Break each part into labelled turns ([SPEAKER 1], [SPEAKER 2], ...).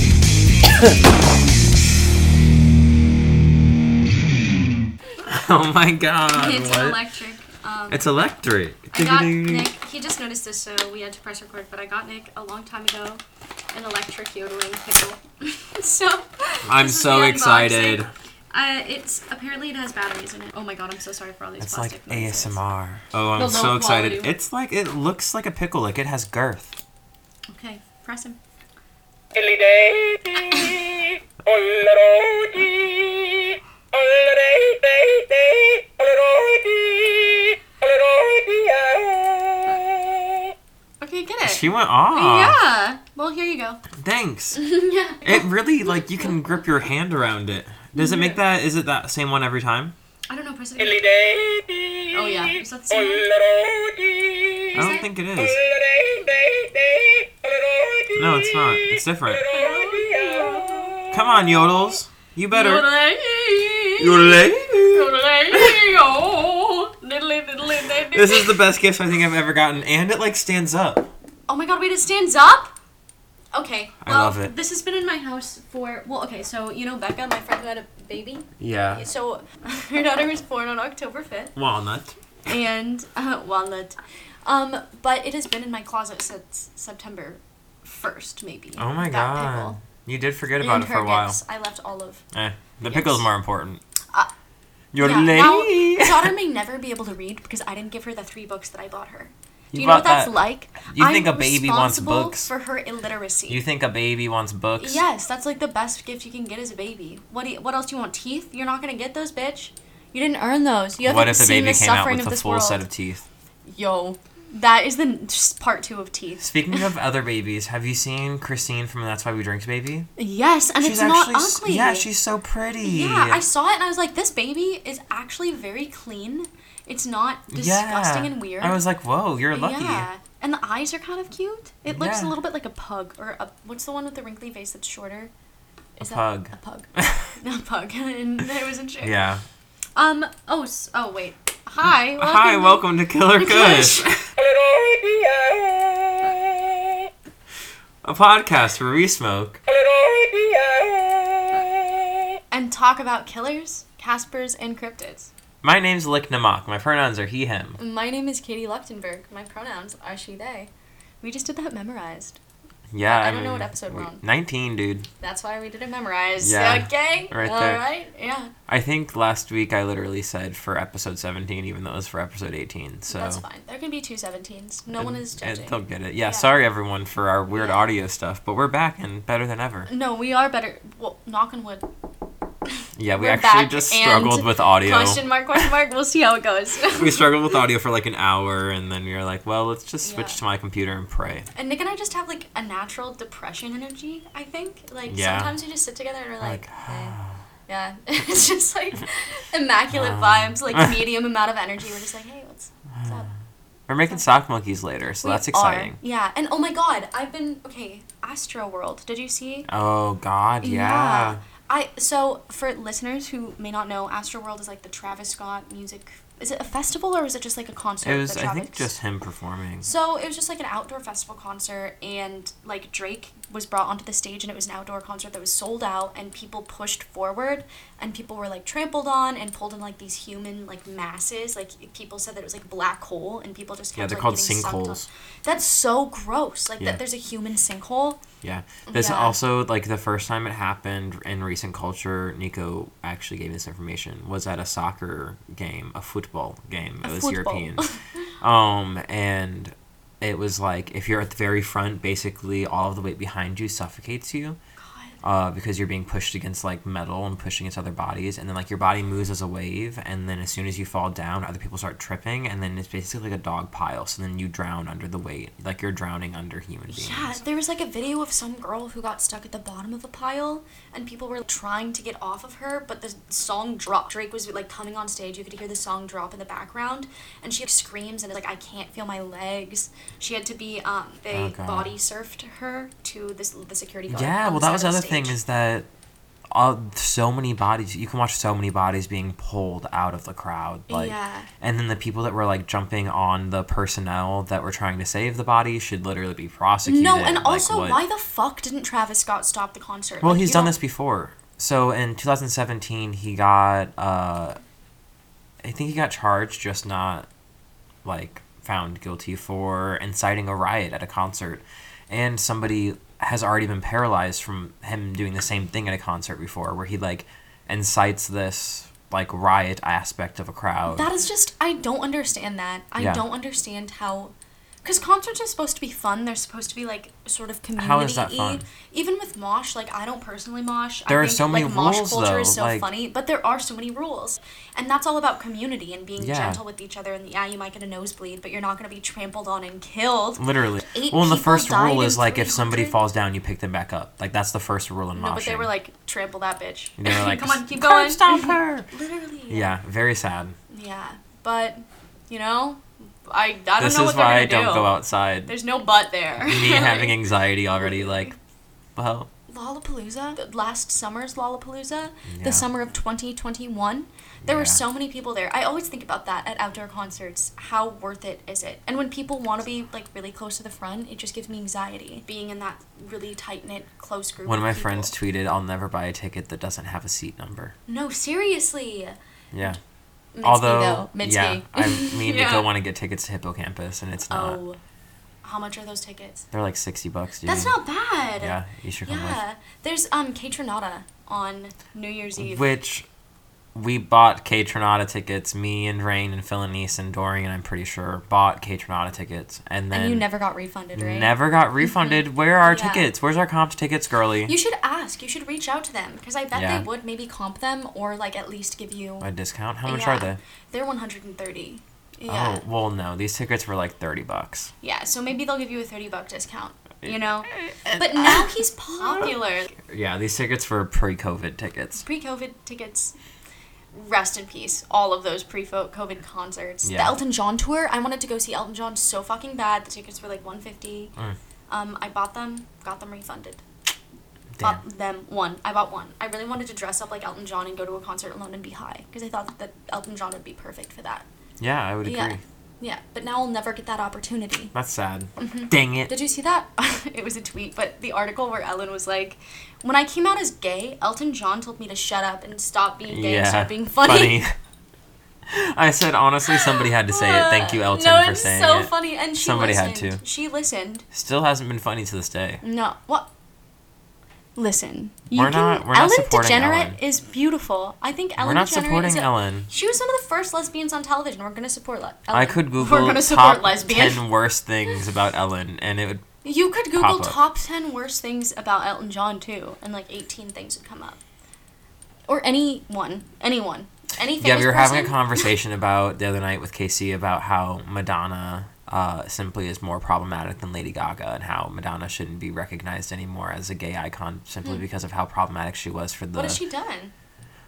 [SPEAKER 1] oh my god.
[SPEAKER 2] it's
[SPEAKER 1] what?
[SPEAKER 2] electric. Um,
[SPEAKER 1] It's electric.
[SPEAKER 2] I got
[SPEAKER 1] Ding-a-ding.
[SPEAKER 2] Nick. He just noticed this, so we had to press record. But I got Nick a long time ago an electric yodeling pickle. so
[SPEAKER 1] I'm
[SPEAKER 2] this is
[SPEAKER 1] so
[SPEAKER 2] the unboxing.
[SPEAKER 1] excited.
[SPEAKER 2] Uh, it's apparently it has batteries in it. Oh my god, I'm so sorry for all these.
[SPEAKER 3] It's
[SPEAKER 2] plastic
[SPEAKER 3] like
[SPEAKER 2] noises.
[SPEAKER 3] ASMR.
[SPEAKER 1] Oh,
[SPEAKER 4] The
[SPEAKER 1] I'm so
[SPEAKER 4] low
[SPEAKER 1] excited.
[SPEAKER 4] quality.
[SPEAKER 1] It's like it looks like a pickle. Like it has girth.
[SPEAKER 2] Okay, press him. Okay, get it.
[SPEAKER 1] She went off.
[SPEAKER 2] yeah. Well, here you go.
[SPEAKER 1] Thanks.
[SPEAKER 2] yeah.
[SPEAKER 1] It really like you can grip your hand around it. Does it make that? Is it that same one every time?
[SPEAKER 2] I don't know. Press it. again. Oh yeah. Is that the same one?
[SPEAKER 1] I
[SPEAKER 2] Is
[SPEAKER 1] don't
[SPEAKER 2] it?
[SPEAKER 1] think it is. No, it's not. It's different. Come on, yodels. You better. Yodel.
[SPEAKER 2] Oh.
[SPEAKER 1] This is the best gift I think I've ever gotten, and it like stands up.
[SPEAKER 2] Oh my god, wait, it stands up? Okay.
[SPEAKER 1] I
[SPEAKER 2] Well,
[SPEAKER 1] love it.
[SPEAKER 2] This has been in my house for, well, okay, so you know Becca, my friend who had a baby?
[SPEAKER 1] Yeah.
[SPEAKER 2] So her daughter was born on October 5th,
[SPEAKER 1] Walnut.
[SPEAKER 2] and uh, walnut. Um, but it has been in my closet since September 1st, maybe.
[SPEAKER 1] Oh my
[SPEAKER 2] that
[SPEAKER 1] god.
[SPEAKER 2] pickle.
[SPEAKER 1] You did forget
[SPEAKER 2] And
[SPEAKER 1] about it for
[SPEAKER 2] her
[SPEAKER 1] a while.
[SPEAKER 2] gifts. I left all of.
[SPEAKER 1] Eh, the pickle's
[SPEAKER 2] Yes.
[SPEAKER 1] more important.
[SPEAKER 2] Uh,
[SPEAKER 1] Your
[SPEAKER 2] Yeah,
[SPEAKER 1] lady.
[SPEAKER 2] Now, daughter may never be able to read because I didn't give her the three books that I bought her. Do
[SPEAKER 1] You
[SPEAKER 2] you, know what
[SPEAKER 1] bought
[SPEAKER 2] that's
[SPEAKER 1] that-
[SPEAKER 2] like?
[SPEAKER 1] you think
[SPEAKER 2] I'm
[SPEAKER 1] a baby wants
[SPEAKER 2] responsible
[SPEAKER 1] books?
[SPEAKER 2] for her illiteracy.
[SPEAKER 1] you think a baby wants books?
[SPEAKER 2] Yes, that's like the best gift you can get as a baby. What do you, what else do you want? Teeth? You're not gonna get those, bitch. You didn't earn those. You haven't
[SPEAKER 1] What if the
[SPEAKER 2] seen
[SPEAKER 1] baby
[SPEAKER 2] the
[SPEAKER 1] came out
[SPEAKER 2] suffering
[SPEAKER 1] with
[SPEAKER 2] of
[SPEAKER 1] a
[SPEAKER 2] this
[SPEAKER 1] full
[SPEAKER 2] world.
[SPEAKER 1] set of teeth?
[SPEAKER 2] Yo, that is the n- just part two of teeth.
[SPEAKER 1] Speaking of other babies, have you seen Christine from That's Why We Drink's baby?
[SPEAKER 2] Yes, and it's not
[SPEAKER 1] s-
[SPEAKER 2] ugly.
[SPEAKER 1] Yeah, she's so pretty.
[SPEAKER 2] Yeah, I saw it and I was like, this baby is actually very clean. It's not disgusting
[SPEAKER 1] Yeah.
[SPEAKER 2] and weird.
[SPEAKER 1] I was like, whoa, you're lucky.
[SPEAKER 2] Yeah, and the eyes are kind of cute. It looks
[SPEAKER 1] Yeah.
[SPEAKER 2] a little bit like a pug or a, what's the one with the wrinkly face that's shorter? Is that
[SPEAKER 1] pug.
[SPEAKER 2] A pug. no pug. I wasn't sure.
[SPEAKER 1] Yeah.
[SPEAKER 2] Um. Oh. s- Oh. Wait. Hi. Welcome.
[SPEAKER 1] Hi, welcome to Killer Kush, a podcast where we smoke.
[SPEAKER 2] And talk about killers, Caspers, and cryptids.
[SPEAKER 1] My name's Lick Namak. My pronouns are he, him.
[SPEAKER 2] My name is Katie Lechtenberg. My pronouns are she, they. We just did that memorized.
[SPEAKER 1] Yeah,
[SPEAKER 2] I don't know what episode
[SPEAKER 1] we-
[SPEAKER 2] we're on.
[SPEAKER 1] Nineteen, dude.
[SPEAKER 2] That's why we did it memorized.
[SPEAKER 1] Yeah,
[SPEAKER 2] Okay.
[SPEAKER 1] right
[SPEAKER 2] All
[SPEAKER 1] there.
[SPEAKER 2] right. Yeah.
[SPEAKER 1] I think last week I literally said for episode seventeen, even though it was for episode eighteen. So
[SPEAKER 2] That's fine. There can be two 17s. No one is
[SPEAKER 1] it- it-
[SPEAKER 2] judging.
[SPEAKER 1] They'll get it. Yeah,
[SPEAKER 2] Yeah.
[SPEAKER 1] Sorry everyone for our weird
[SPEAKER 2] Yeah.
[SPEAKER 1] audio stuff, but we're back and better than ever.
[SPEAKER 2] No, we are better. Well, knock on wood.
[SPEAKER 1] Yeah, we
[SPEAKER 2] We're
[SPEAKER 1] actually
[SPEAKER 2] back
[SPEAKER 1] just
[SPEAKER 2] and
[SPEAKER 1] struggled with audio.
[SPEAKER 2] Question mark, question mark. We'll see how it goes.
[SPEAKER 1] we struggled with audio for like an hour, and then we were like, well, let's just switch
[SPEAKER 2] Yeah.
[SPEAKER 1] to my computer and pray.
[SPEAKER 2] and Nick and I just have like a natural depression energy, I think. Like
[SPEAKER 1] Yeah.
[SPEAKER 2] sometimes we just sit together and we're like,
[SPEAKER 1] Like,
[SPEAKER 2] eh. yeah. it's just like immaculate
[SPEAKER 1] Um.
[SPEAKER 2] vibes, like medium amount of energy. We're just like, hey, what's, what's up?
[SPEAKER 1] We're making sock monkeys later, so
[SPEAKER 2] We
[SPEAKER 1] that's
[SPEAKER 2] are-
[SPEAKER 1] exciting.
[SPEAKER 2] Yeah. And oh my god, I've been okay, Astro World. Did you see?
[SPEAKER 1] Oh God, yeah.
[SPEAKER 2] I so for listeners who may not know, Astroworld is like the Travis Scott music. Is it a festival or is it just like a concert?
[SPEAKER 1] It was,
[SPEAKER 2] that
[SPEAKER 1] I think,
[SPEAKER 2] Travis-
[SPEAKER 1] just him performing.
[SPEAKER 2] So it was just like an outdoor festival concert, and like Drake was brought onto the stage, and it was an outdoor concert that was sold out, and people pushed forward, and people were like trampled on and pulled in like these human like masses. Like people said that it was like black hole, and people just
[SPEAKER 1] Yeah,
[SPEAKER 2] kept,
[SPEAKER 1] they're
[SPEAKER 2] like,
[SPEAKER 1] called
[SPEAKER 2] getting sucked up.
[SPEAKER 1] sinkholes.
[SPEAKER 2] That's so gross. Like
[SPEAKER 1] Yeah.
[SPEAKER 2] that, there's a human sinkhole.
[SPEAKER 1] Yeah. This
[SPEAKER 2] Mm-hmm. Yeah.
[SPEAKER 1] also like the first time it happened in recent culture. Nico actually gave me this information. Was at a soccer game, a football game.
[SPEAKER 2] A
[SPEAKER 1] it was
[SPEAKER 2] football.
[SPEAKER 1] European. um, and it was like if you're at the very front, basically all of the weight behind you suffocates you. Uh, because you're being pushed against like metal and pushing against other bodies, and then like your body moves as a wave, and then as soon as you fall down, other people start tripping, and then it's basically like a dog pile. So then you drown under the weight, like you're drowning under human beings.
[SPEAKER 2] Yeah, there was like a video of some girl who got stuck at the bottom of a pile, and people were trying to get off of her, but the song dropped. Drake was like coming on stage, you could hear the song drop in the background, and she screams and is like, "I can't feel my legs." She had to be um,
[SPEAKER 1] Oh,
[SPEAKER 2] they
[SPEAKER 1] God.
[SPEAKER 2] body surfed her to this the security guard.
[SPEAKER 1] Yeah,
[SPEAKER 2] on
[SPEAKER 1] well,
[SPEAKER 2] the
[SPEAKER 1] that was
[SPEAKER 2] side
[SPEAKER 1] the
[SPEAKER 2] of the
[SPEAKER 1] other thing
[SPEAKER 2] stage.
[SPEAKER 1] is that uh, so many bodies. You can watch so many bodies being pulled out of the crowd. Like,
[SPEAKER 2] Yeah.
[SPEAKER 1] And then the people that were like jumping on the personnel that were trying to save the body should literally be prosecuted.
[SPEAKER 2] No, and
[SPEAKER 1] like,
[SPEAKER 2] also,
[SPEAKER 1] what-
[SPEAKER 2] why the fuck didn't Travis Scott stop the concert?
[SPEAKER 1] Well,
[SPEAKER 2] Like,
[SPEAKER 1] he's
[SPEAKER 2] you
[SPEAKER 1] done
[SPEAKER 2] don't-
[SPEAKER 1] this before. So in 2017, he got, uh, I think he got charged, just not like found guilty for inciting a riot at a concert. And somebody has already been paralyzed from him doing the same thing at a concert before, where he like incites this like riot aspect of a crowd.
[SPEAKER 2] That is just I don't understand that. I
[SPEAKER 1] Yeah.
[SPEAKER 2] don't understand how because concerts are supposed to be fun. They're supposed to be like sort of community.
[SPEAKER 1] How is that fun?
[SPEAKER 2] Even with mosh, like I don't personally mosh.
[SPEAKER 1] There
[SPEAKER 2] I
[SPEAKER 1] are so many
[SPEAKER 2] like, mosh
[SPEAKER 1] rules,
[SPEAKER 2] culture
[SPEAKER 1] though,
[SPEAKER 2] is so
[SPEAKER 1] like-
[SPEAKER 2] funny, but there are so many rules, and that's all about community and being
[SPEAKER 1] Yeah.
[SPEAKER 2] gentle with each other. And yeah, you might get a nosebleed, but you're not going to be trampled on and killed.
[SPEAKER 1] Literally.
[SPEAKER 2] Eight
[SPEAKER 1] Well, and the
[SPEAKER 2] people
[SPEAKER 1] first
[SPEAKER 2] died
[SPEAKER 1] rule
[SPEAKER 2] in
[SPEAKER 1] is like if somebody
[SPEAKER 2] 300?
[SPEAKER 1] falls down, you pick them back up. Like that's the first rule in moshing.
[SPEAKER 2] No, but they were like trample that bitch.
[SPEAKER 1] They were like,
[SPEAKER 2] come on, keep
[SPEAKER 1] "Curb
[SPEAKER 2] going.
[SPEAKER 1] stomp her.
[SPEAKER 2] Literally.
[SPEAKER 1] Yeah, very sad.
[SPEAKER 2] Yeah, but you know, I I don't
[SPEAKER 1] This
[SPEAKER 2] know what
[SPEAKER 1] is why I
[SPEAKER 2] they're gonna
[SPEAKER 1] don't
[SPEAKER 2] do.
[SPEAKER 1] go outside.
[SPEAKER 2] There's no butt there.
[SPEAKER 1] Me having anxiety already, like, well,
[SPEAKER 2] Lollapalooza, the last summer's Lollapalooza,
[SPEAKER 1] Yeah.
[SPEAKER 2] the summer of 2021. There
[SPEAKER 1] Yeah.
[SPEAKER 2] were so many people there. I always think about that at outdoor concerts. How worth it is it? And when people want to be like really close to the front, it just gives me anxiety being in that really tight knit close group.
[SPEAKER 1] one of my
[SPEAKER 2] people.
[SPEAKER 1] friends tweeted, "I'll never buy a ticket that doesn't have a seat number."
[SPEAKER 2] no, seriously.
[SPEAKER 1] Yeah.
[SPEAKER 2] Mitski,
[SPEAKER 1] Although,
[SPEAKER 2] though. Mitski.
[SPEAKER 1] yeah, I mean,
[SPEAKER 2] Yeah.
[SPEAKER 1] to go want to get tickets to Hippocampus, and it's not.
[SPEAKER 2] Oh, how much are those tickets?
[SPEAKER 1] They're like sixty bucks, dude.
[SPEAKER 2] That's not bad.
[SPEAKER 1] Yeah, you should come
[SPEAKER 2] Yeah, there's um Catronata on New Year's
[SPEAKER 1] with.
[SPEAKER 2] Eve.
[SPEAKER 1] Which, we bought K Tronada tickets. Me and Rain and Phil and Niece and Dorian, I'm pretty sure, bought K Tronada tickets, and then
[SPEAKER 2] and you never got refunded, right?
[SPEAKER 1] never got refunded. Where are our
[SPEAKER 2] Yeah.
[SPEAKER 1] tickets? Where's our comp tickets, girly?
[SPEAKER 2] You should ask. You should reach out to them because I bet
[SPEAKER 1] Yeah.
[SPEAKER 2] they would maybe comp them or like at least give you.
[SPEAKER 1] a discount? How much
[SPEAKER 2] Yeah.
[SPEAKER 1] are they?
[SPEAKER 2] They're 130. Yeah.
[SPEAKER 1] Oh, well, no. These tickets were like 30 bucks.
[SPEAKER 2] Yeah, so maybe they'll give you a 30 buck discount, you know? But now he's popular.
[SPEAKER 1] Yeah, these tickets were pre-COVID tickets.
[SPEAKER 2] Pre-COVID tickets. Rest in peace, all of those pre-COVID concerts.
[SPEAKER 1] Yeah.
[SPEAKER 2] The Elton John tour. I wanted to go see Elton John so fucking bad. The tickets were like 150.
[SPEAKER 1] Mm.
[SPEAKER 2] Um, I bought them, got them refunded.
[SPEAKER 1] Damn.
[SPEAKER 2] Bought them one. I bought one. I really wanted to dress up like Elton John and go to a concert alone and be high because I thought that Elton John would be perfect for that.
[SPEAKER 1] yeah, I would agree.
[SPEAKER 2] Yeah, yeah. But now I'll never get that opportunity.
[SPEAKER 1] That's sad.
[SPEAKER 2] Mm-hmm.
[SPEAKER 1] Dang it.
[SPEAKER 2] Did you see that? it was a tweet, but the article where Ellen was like, "When I came out as gay, Elton John told me to shut up and stop being gay and
[SPEAKER 1] yeah.
[SPEAKER 2] stop being funny."
[SPEAKER 1] I said honestly, somebody had to say it. Thank you, Elton,
[SPEAKER 2] Uh, no,
[SPEAKER 1] for
[SPEAKER 2] it's
[SPEAKER 1] saying
[SPEAKER 2] so
[SPEAKER 1] it.
[SPEAKER 2] funny, and she
[SPEAKER 1] Somebody had
[SPEAKER 2] listened.
[SPEAKER 1] to.
[SPEAKER 2] She listened.
[SPEAKER 1] Still hasn't been funny to this day.
[SPEAKER 2] No, what? Listen, you
[SPEAKER 1] We're
[SPEAKER 2] can-
[SPEAKER 1] not- we're not
[SPEAKER 2] Ellen
[SPEAKER 1] supporting
[SPEAKER 2] DeGenerate
[SPEAKER 1] Ellen.
[SPEAKER 2] is beautiful. I think Ellen.
[SPEAKER 1] We're not
[SPEAKER 2] DeGeneres
[SPEAKER 1] supporting
[SPEAKER 2] is a-
[SPEAKER 1] Ellen.
[SPEAKER 2] She was one of the first lesbians on television. We're gonna support le- Ellen.
[SPEAKER 1] I could Google
[SPEAKER 2] We're gonna support
[SPEAKER 1] top
[SPEAKER 2] lesbian.
[SPEAKER 1] ten worst things about Ellen, and it would.
[SPEAKER 2] You could Google
[SPEAKER 1] Pop up.
[SPEAKER 2] top 10 worst things about Elton John, too, and like 18 things would come up. Or anyone. Anyone. Any famous
[SPEAKER 1] Yeah, we were having a
[SPEAKER 2] person.
[SPEAKER 1] conversation about the other night with Casey about how Madonna uh, simply is more problematic than Lady Gaga and how Madonna shouldn't be recognized anymore as a gay icon simply because of how problematic she was for the.
[SPEAKER 2] Hmm. What has she done?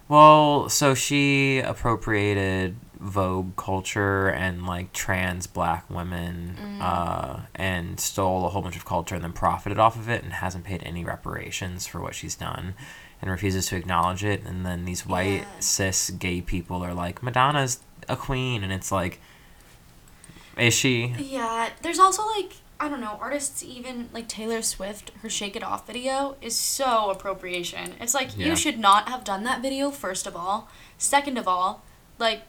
[SPEAKER 1] Well, so she appropriated Vogue culture and like trans black women
[SPEAKER 2] Mm.
[SPEAKER 1] uh, and stole a whole bunch of culture and then profited off of it and hasn't paid any reparations for what she's done and refuses to acknowledge it. And then these white
[SPEAKER 2] Yeah.
[SPEAKER 1] cis gay people are like, Madonna's a queen. And it's like, is she?
[SPEAKER 2] Yeah, there's also like, I don't know, artists even like Taylor Swift, her Shake It Off video is so appropriation. It's like,
[SPEAKER 1] Yeah.
[SPEAKER 2] you should not have done that video, first of all. Second of all, like,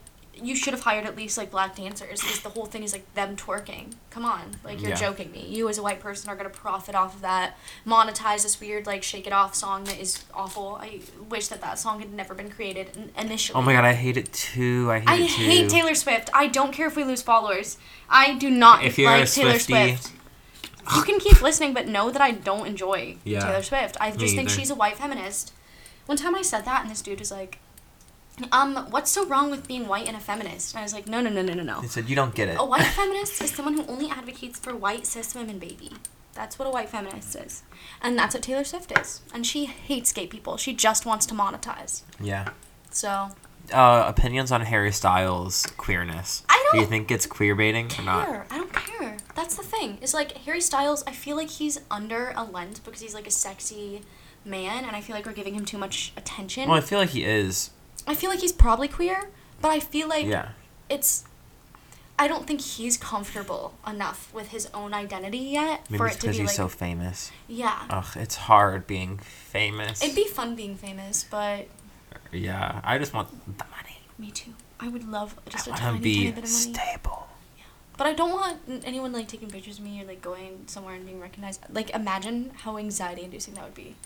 [SPEAKER 2] you should have hired at least like black dancers because the whole thing is like them twerking. Come on, like you're
[SPEAKER 1] Yeah.
[SPEAKER 2] joking me. You as a white person are gonna profit off of that, monetize this weird like shake it off song that is awful. I wish that that song had never been created in- initially.
[SPEAKER 1] Oh my god, I hate it too. I hate
[SPEAKER 2] I
[SPEAKER 1] it too.
[SPEAKER 2] hate Taylor Swift. I don't care if we lose followers. I do not
[SPEAKER 1] If you're
[SPEAKER 2] like
[SPEAKER 1] a
[SPEAKER 2] Taylor
[SPEAKER 1] Swiftie-
[SPEAKER 2] Swift. You can keep listening, but know that I don't enjoy
[SPEAKER 1] Yeah.
[SPEAKER 2] Taylor Swift. I
[SPEAKER 1] Me
[SPEAKER 2] just think
[SPEAKER 1] either.
[SPEAKER 2] she's a white feminist. One time I said that, and this dude was like, um, what's so wrong with being white and a feminist? And I was like, no, no, no, no, no, no.
[SPEAKER 1] They said, you don't get it.
[SPEAKER 2] A white feminist is someone who only advocates for white cis women, baby. That's what a white feminist is. And that's what Taylor Swift is. And she hates gay people. She just wants to monetize.
[SPEAKER 1] Yeah.
[SPEAKER 2] So,
[SPEAKER 1] uh, opinions on Harry Styles' queerness.
[SPEAKER 2] I
[SPEAKER 1] Do you
[SPEAKER 2] don't
[SPEAKER 1] think it's queer baiting or not?
[SPEAKER 2] care. I don't care. That's the thing. It's like Harry Styles, I feel like he's under a lens because he's like a sexy man, and I feel like we're giving him too much attention.
[SPEAKER 1] Well, I feel like he is.
[SPEAKER 2] I feel like he's probably queer, but I feel like
[SPEAKER 1] Yeah.
[SPEAKER 2] it's. I don't think he's comfortable enough with his own identity yet
[SPEAKER 1] Maybe
[SPEAKER 2] for
[SPEAKER 1] it's
[SPEAKER 2] it to
[SPEAKER 1] because
[SPEAKER 2] be
[SPEAKER 1] he's
[SPEAKER 2] like,
[SPEAKER 1] so famous.
[SPEAKER 2] yeah.
[SPEAKER 1] Ugh, it's hard being famous.
[SPEAKER 2] It'd be fun being famous, but
[SPEAKER 1] yeah, I just want the money.
[SPEAKER 2] me too. I would love just a
[SPEAKER 1] I want
[SPEAKER 2] tiny,
[SPEAKER 1] to
[SPEAKER 2] tiny
[SPEAKER 1] be
[SPEAKER 2] bit of money.
[SPEAKER 1] stable.
[SPEAKER 2] But I don't want n- anyone like taking pictures of me or like going somewhere and being recognized. Like imagine how anxiety inducing that would be.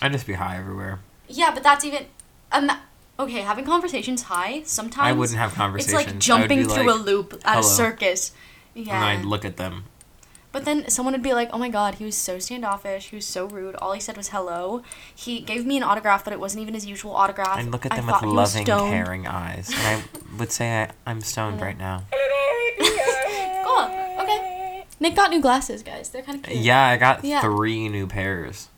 [SPEAKER 1] I'd just be high everywhere.
[SPEAKER 2] Yeah, but that's even um okay, having conversations high sometimes
[SPEAKER 1] I wouldn't have
[SPEAKER 2] it's
[SPEAKER 1] conversations.
[SPEAKER 2] like jumping through a loop at a
[SPEAKER 1] "Hello."
[SPEAKER 2] circus.
[SPEAKER 1] And
[SPEAKER 2] Yeah.
[SPEAKER 1] I'd look at them.
[SPEAKER 2] but then someone would be like, "Oh my god, he was so standoffish. He was so rude. All he said was hello. He gave me an autograph, but it wasn't even his usual autograph."
[SPEAKER 1] I'd look at
[SPEAKER 2] I
[SPEAKER 1] them
[SPEAKER 2] thought
[SPEAKER 1] with
[SPEAKER 2] he was
[SPEAKER 1] loving,
[SPEAKER 2] stoned."
[SPEAKER 1] caring eyes. And I would say I, I'm stoned right now.
[SPEAKER 2] Cool. Okay. Nick got new glasses, guys. They're kind of cute.
[SPEAKER 1] Yeah, I got
[SPEAKER 2] Yeah.
[SPEAKER 1] three new pairs.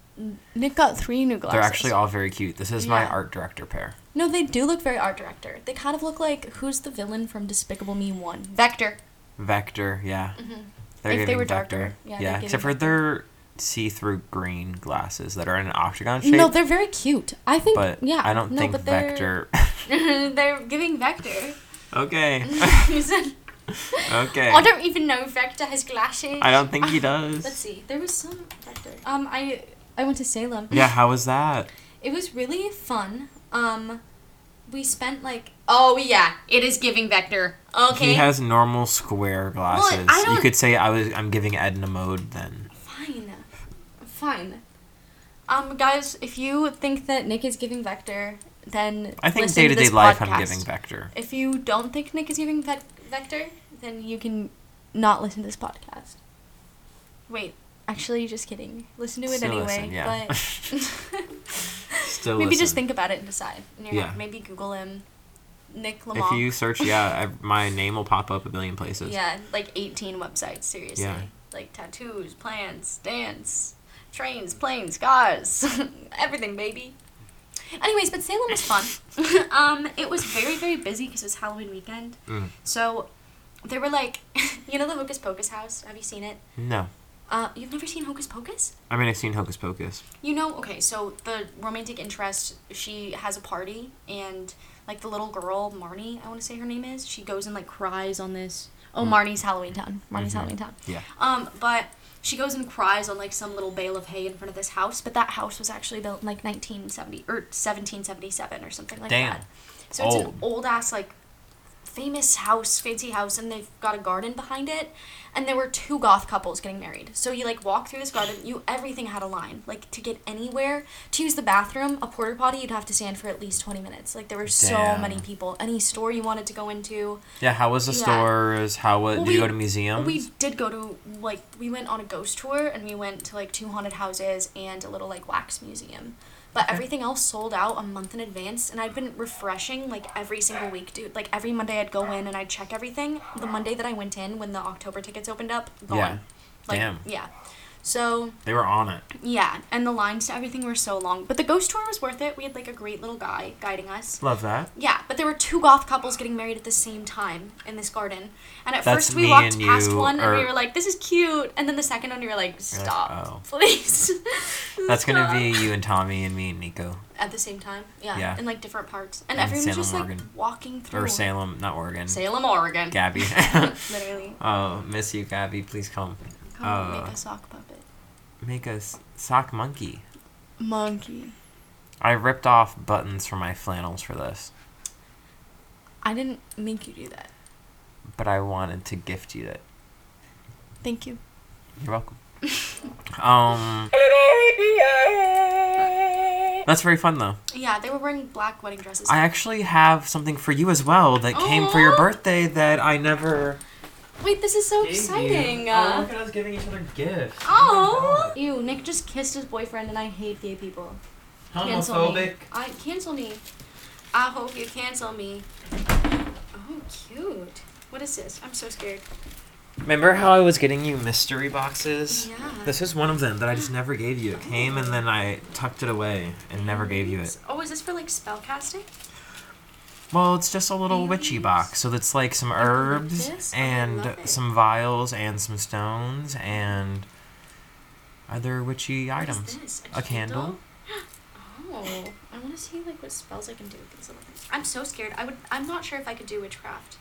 [SPEAKER 2] Nick got three new glasses.
[SPEAKER 1] They're actually all very cute. This is my
[SPEAKER 2] Yeah.
[SPEAKER 1] art director pair.
[SPEAKER 2] No, they do look very art director. They kind of look like who's the villain from Despicable Me One? Vector.
[SPEAKER 1] Vector, yeah. They're
[SPEAKER 2] Mm-hmm. If they
[SPEAKER 1] giving
[SPEAKER 2] were darker, yeah, they're giving
[SPEAKER 1] except for their see-through green glasses that are in an octagon shape.
[SPEAKER 2] No, they're very cute. I think.
[SPEAKER 1] but
[SPEAKER 2] yeah.
[SPEAKER 1] I don't
[SPEAKER 2] no,
[SPEAKER 1] think
[SPEAKER 2] but they're-
[SPEAKER 1] Vector.
[SPEAKER 2] they're giving Vector.
[SPEAKER 1] okay,
[SPEAKER 2] He said,
[SPEAKER 1] okay.
[SPEAKER 2] I don't even know if Vector has glasses.
[SPEAKER 1] I don't think he
[SPEAKER 2] Ah, Let's
[SPEAKER 1] does.
[SPEAKER 2] see. There was some Vector. Um, I I went to Salem.
[SPEAKER 1] Yeah, how was that?
[SPEAKER 2] It was really fun. Um, we spent like. Oh yeah, it is giving Vector. Okay.
[SPEAKER 1] He has normal square glasses.
[SPEAKER 2] I don't-
[SPEAKER 1] you could say I was. I'm giving Edna mode then.
[SPEAKER 2] Fine. Fine. Um, guys, if you think that Nick is giving Vector, then
[SPEAKER 1] I think
[SPEAKER 2] listen
[SPEAKER 1] day
[SPEAKER 2] to
[SPEAKER 1] to day
[SPEAKER 2] this
[SPEAKER 1] life,
[SPEAKER 2] podcast.
[SPEAKER 1] I'm giving Vector.
[SPEAKER 2] If you don't think Nick is giving vec- Vector, then you can not listen to this podcast. Wait, actually, just kidding. Listen to it
[SPEAKER 1] Still
[SPEAKER 2] anyway.
[SPEAKER 1] listen, yeah.
[SPEAKER 2] But
[SPEAKER 1] Still
[SPEAKER 2] maybe just
[SPEAKER 1] listen.
[SPEAKER 2] think about it and decide. And you're
[SPEAKER 1] Yeah.
[SPEAKER 2] like, maybe Google him, Nick Lamont.
[SPEAKER 1] If you search, yeah, I, my name will pop up a million places.
[SPEAKER 2] Yeah, like 18 websites, seriously.
[SPEAKER 1] Yeah.
[SPEAKER 2] Like tattoos, plants, dance, trains, planes, cars, everything, baby. Anyways, but Salem was fun. um, it was very, very busy because it was Halloween weekend.
[SPEAKER 1] Mm.
[SPEAKER 2] So there were like, you know the Hocus Pocus house? Have you seen it?
[SPEAKER 1] No,
[SPEAKER 2] Uh, you've never seen Hocus Pocus?
[SPEAKER 1] I mean I've seen Hocus Pocus.
[SPEAKER 2] You know, okay, so the romantic interest, she has a party, and like the little girl, Marnie, I want to say her name is, she goes and like cries on this. Oh, Marnie's Halloween Town. Marnie's Halloween Town.
[SPEAKER 1] Mm. Mm-hmm. Yeah.
[SPEAKER 2] Um, but she goes and cries on like some little bale of hay in front of this house, but that house was actually built in like 1970 or 1777 or something like
[SPEAKER 1] Damn.
[SPEAKER 2] that. So it's an
[SPEAKER 1] Old.
[SPEAKER 2] old ass like famous house, fancy house, and they've got a garden behind it. And there were two goth couples getting married. So you like walk through this garden, you everything had a line. Like to get anywhere, to use the bathroom, a porter potty, you'd have to stand for at least twenty minutes. Like there were so
[SPEAKER 1] Damn.
[SPEAKER 2] many people. Any store you wanted to go into.
[SPEAKER 1] Yeah, how was the
[SPEAKER 2] Yeah.
[SPEAKER 1] stores? How was?
[SPEAKER 2] Well,
[SPEAKER 1] did you
[SPEAKER 2] we-
[SPEAKER 1] go to museums?
[SPEAKER 2] We did go to like we went on a ghost tour and we went to like two haunted houses and a little like wax museum. But everything else sold out a month in advance and I'd been refreshing like every single week, dude. Like every Monday I'd go in and I'd check everything. The Monday that I went in when the October tickets opened up, gone.
[SPEAKER 1] Yeah.
[SPEAKER 2] Like
[SPEAKER 1] Damn.
[SPEAKER 2] yeah. So
[SPEAKER 1] They were on it.
[SPEAKER 2] yeah, and the lines to everything were so long. But the ghost tour was worth it. We had like a great little guy guiding us.
[SPEAKER 1] Love that.
[SPEAKER 2] Yeah, but there were two goth couples getting married at the same time in this garden. And at
[SPEAKER 1] That's
[SPEAKER 2] first we
[SPEAKER 1] me
[SPEAKER 2] walked
[SPEAKER 1] and you
[SPEAKER 2] past one and we
[SPEAKER 1] are-
[SPEAKER 2] were like, this is cute. And then the second one we were like,
[SPEAKER 1] like,
[SPEAKER 2] stop,
[SPEAKER 1] "Oh."
[SPEAKER 2] please.
[SPEAKER 1] That's gonna
[SPEAKER 2] Stop."
[SPEAKER 1] be you and Tommy and me and Nico
[SPEAKER 2] At the same time, yeah.
[SPEAKER 1] Yeah.
[SPEAKER 2] In like different parts. And
[SPEAKER 1] In
[SPEAKER 2] everyone was
[SPEAKER 1] Salem,
[SPEAKER 2] just like
[SPEAKER 1] Oregon.
[SPEAKER 2] walking through.
[SPEAKER 1] or Salem, not Oregon.
[SPEAKER 2] Salem, Oregon.
[SPEAKER 1] Gabby.
[SPEAKER 2] Literally.
[SPEAKER 1] oh, miss you, Gabby. Please come.
[SPEAKER 2] Come
[SPEAKER 1] Uh,
[SPEAKER 2] make a sock puppet.
[SPEAKER 1] Make a s- sock monkey.
[SPEAKER 2] Monkey.
[SPEAKER 1] I ripped off buttons from my flannels for this,
[SPEAKER 2] I didn't make you do that.
[SPEAKER 1] but I wanted to gift you it.
[SPEAKER 2] Thank you.
[SPEAKER 1] You're welcome. um. That's very fun though.
[SPEAKER 2] Yeah, they were wearing black wedding dresses.
[SPEAKER 1] I actually have something for you as well that came for your
[SPEAKER 2] Aw.
[SPEAKER 1] birthday that I never.
[SPEAKER 2] Wait, this is so
[SPEAKER 1] gave you.
[SPEAKER 2] exciting.
[SPEAKER 1] Oh, look at us giving each other gifts.
[SPEAKER 2] Oh!
[SPEAKER 1] my
[SPEAKER 2] Ew, Nick just kissed his boyfriend, and I hate gay people.
[SPEAKER 1] God.
[SPEAKER 2] Cancel me.
[SPEAKER 1] Homophobic.
[SPEAKER 2] I cancel me. I hope you cancel me. Oh, cute. What is this? I'm so scared.
[SPEAKER 1] Remember how I was getting you mystery boxes?
[SPEAKER 2] Yeah.
[SPEAKER 1] This is one of them that I just never gave you. It came and then I tucked it away and never gave you it.
[SPEAKER 2] Oh, is this for like spell casting?
[SPEAKER 1] Well, it's just a little witchy
[SPEAKER 2] Yes.
[SPEAKER 1] box. So that's like some
[SPEAKER 2] love
[SPEAKER 1] herbs
[SPEAKER 2] this. I
[SPEAKER 1] and
[SPEAKER 2] love it.
[SPEAKER 1] some vials and some stones and other witchy
[SPEAKER 2] What is
[SPEAKER 1] items.
[SPEAKER 2] this?
[SPEAKER 1] A candle?
[SPEAKER 2] know. I want to see like what spells I can do against other things. I'm so scared. I would. I'm not sure if I could do witchcraft.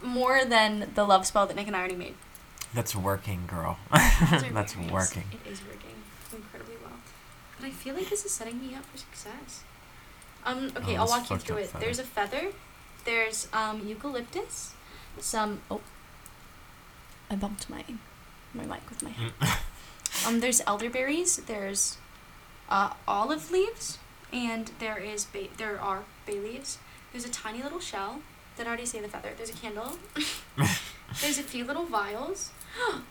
[SPEAKER 2] More than the love spell that Nick and I already made.
[SPEAKER 1] That's working, girl.
[SPEAKER 2] Those are
[SPEAKER 1] That's
[SPEAKER 2] very nice.
[SPEAKER 1] working.
[SPEAKER 2] It is working incredibly well. But I feel like this is setting me up for success. Um, okay,
[SPEAKER 1] Oh,
[SPEAKER 2] I'll
[SPEAKER 1] this
[SPEAKER 2] walk you
[SPEAKER 1] fucked
[SPEAKER 2] through
[SPEAKER 1] up
[SPEAKER 2] it.
[SPEAKER 1] feather.
[SPEAKER 2] There's a feather. There's um, eucalyptus. Some. Oh. I bumped my, my mic with my hand.
[SPEAKER 1] Mm.
[SPEAKER 2] Um, there's elderberries. There's uh, olive leaves, and there is bay, there are bay leaves. There's a tiny little shell. Did I already say the feather? There's a candle. there's a few little vials.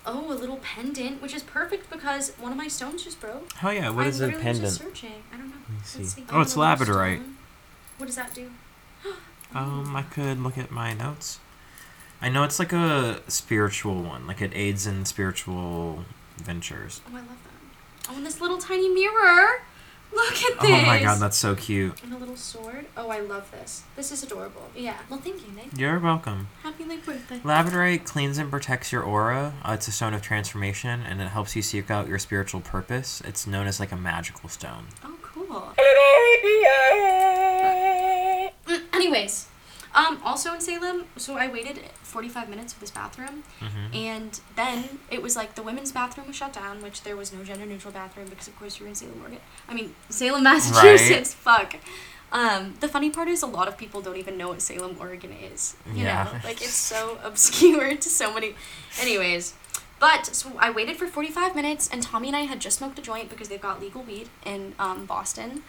[SPEAKER 2] Oh, a little pendant, which is perfect because one of my stones just broke.
[SPEAKER 1] Oh yeah, what
[SPEAKER 2] I'm
[SPEAKER 1] is a
[SPEAKER 2] literally
[SPEAKER 1] pendant?
[SPEAKER 2] Just searching. I don't know.
[SPEAKER 1] me
[SPEAKER 2] Let's
[SPEAKER 1] see.
[SPEAKER 2] see.
[SPEAKER 1] Oh, it's
[SPEAKER 2] Another little
[SPEAKER 1] labradorite.
[SPEAKER 2] stone. What does that do?
[SPEAKER 1] Um, I could look at my notes. I know it's like a spiritual one, like it aids in spiritual ventures.
[SPEAKER 2] Oh, I love that. Oh, and this little tiny mirror. Look at this.
[SPEAKER 1] Oh my god, that's so cute.
[SPEAKER 2] And a little sword. Oh, I love this. This is adorable. Yeah. Well, thank you, Nick.
[SPEAKER 1] You're welcome.
[SPEAKER 2] Happy late birthday.
[SPEAKER 1] Labradorite cleans and protects your aura. Uh, it's a stone of transformation, and it helps you seek out your spiritual purpose. It's known as like a magical stone.
[SPEAKER 2] Oh, cool. Mm, Anyways, um, also in Salem, so I waited 45 minutes for this bathroom,
[SPEAKER 1] Mm-hmm.
[SPEAKER 2] and then it was like the women's bathroom was shut down, which there was no gender neutral bathroom because, of course, you're in Salem, Oregon. I mean, Salem, Massachusetts. Fuck. Um, the funny part is a lot of people don't even know what Salem, Oregon is. You
[SPEAKER 1] Yeah.
[SPEAKER 2] know, like it's so obscure to so many. Anyways, but so I waited for 45 minutes, and Tommy and I had just smoked a joint because they've got legal weed in um, Boston,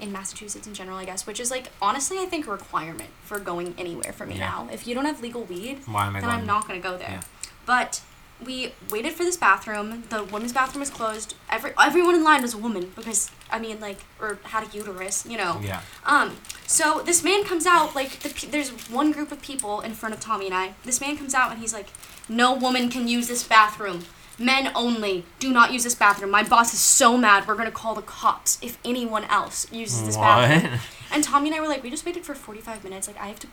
[SPEAKER 2] in Massachusetts in general, I guess, which is like honestly, I think a requirement for going anywhere for me
[SPEAKER 1] Yeah.
[SPEAKER 2] now. If you don't have legal weed,
[SPEAKER 1] Why am I
[SPEAKER 2] then
[SPEAKER 1] going?
[SPEAKER 2] I'm not gonna go there.
[SPEAKER 1] Yeah.
[SPEAKER 2] But we waited for this bathroom. The women's bathroom was closed. Every everyone in line was a woman because I mean, like, or had a uterus, you know.
[SPEAKER 1] Yeah.
[SPEAKER 2] Um, so this man comes out, like, the, pe- there's one group of people in front of Tommy and I. This man comes out and he's like, No woman can use this bathroom. Men only. Do not use this bathroom. My boss is so mad. We're going to call the cops if anyone else uses this bathroom.
[SPEAKER 1] What?
[SPEAKER 2] And Tommy and I were like, We just waited for 45 minutes. Like, I have to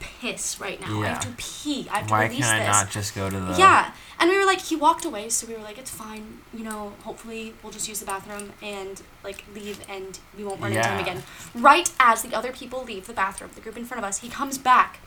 [SPEAKER 2] piss right now. I have
[SPEAKER 1] Yeah.
[SPEAKER 2] to pee. I have to
[SPEAKER 1] Why
[SPEAKER 2] release
[SPEAKER 1] can I
[SPEAKER 2] this.
[SPEAKER 1] not uh, just go to the?
[SPEAKER 2] Yeah, and we were like, he walked away, so we were like, it's fine, you know, hopefully we'll just use the bathroom and like leave and we won't run into him
[SPEAKER 1] Yeah.
[SPEAKER 2] again. Right as the other people leave the bathroom, the group in front of us, he comes back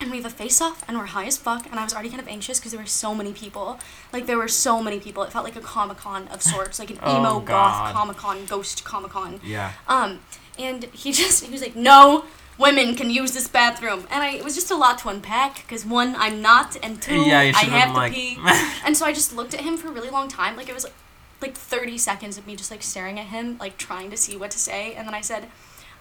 [SPEAKER 2] and we have a face off and we're high as fuck and I was already kind of anxious because there were so many people. Like there were so many people. It felt like a Comic Con of sorts, like an
[SPEAKER 1] Oh,
[SPEAKER 2] emo goth
[SPEAKER 1] God.
[SPEAKER 2] Comic Con, ghost Comic Con.
[SPEAKER 1] Yeah.
[SPEAKER 2] Um, and he just he was like, "No, women can use this bathroom," and I it was just a lot to unpack because one, I'm not, and two,
[SPEAKER 1] Yeah, you
[SPEAKER 2] I
[SPEAKER 1] should've
[SPEAKER 2] have
[SPEAKER 1] been
[SPEAKER 2] to
[SPEAKER 1] like-
[SPEAKER 2] pee. and so I just looked at him for a really long time, like it was like thirty seconds of me just like staring at him, like trying to see what to say, and then I said.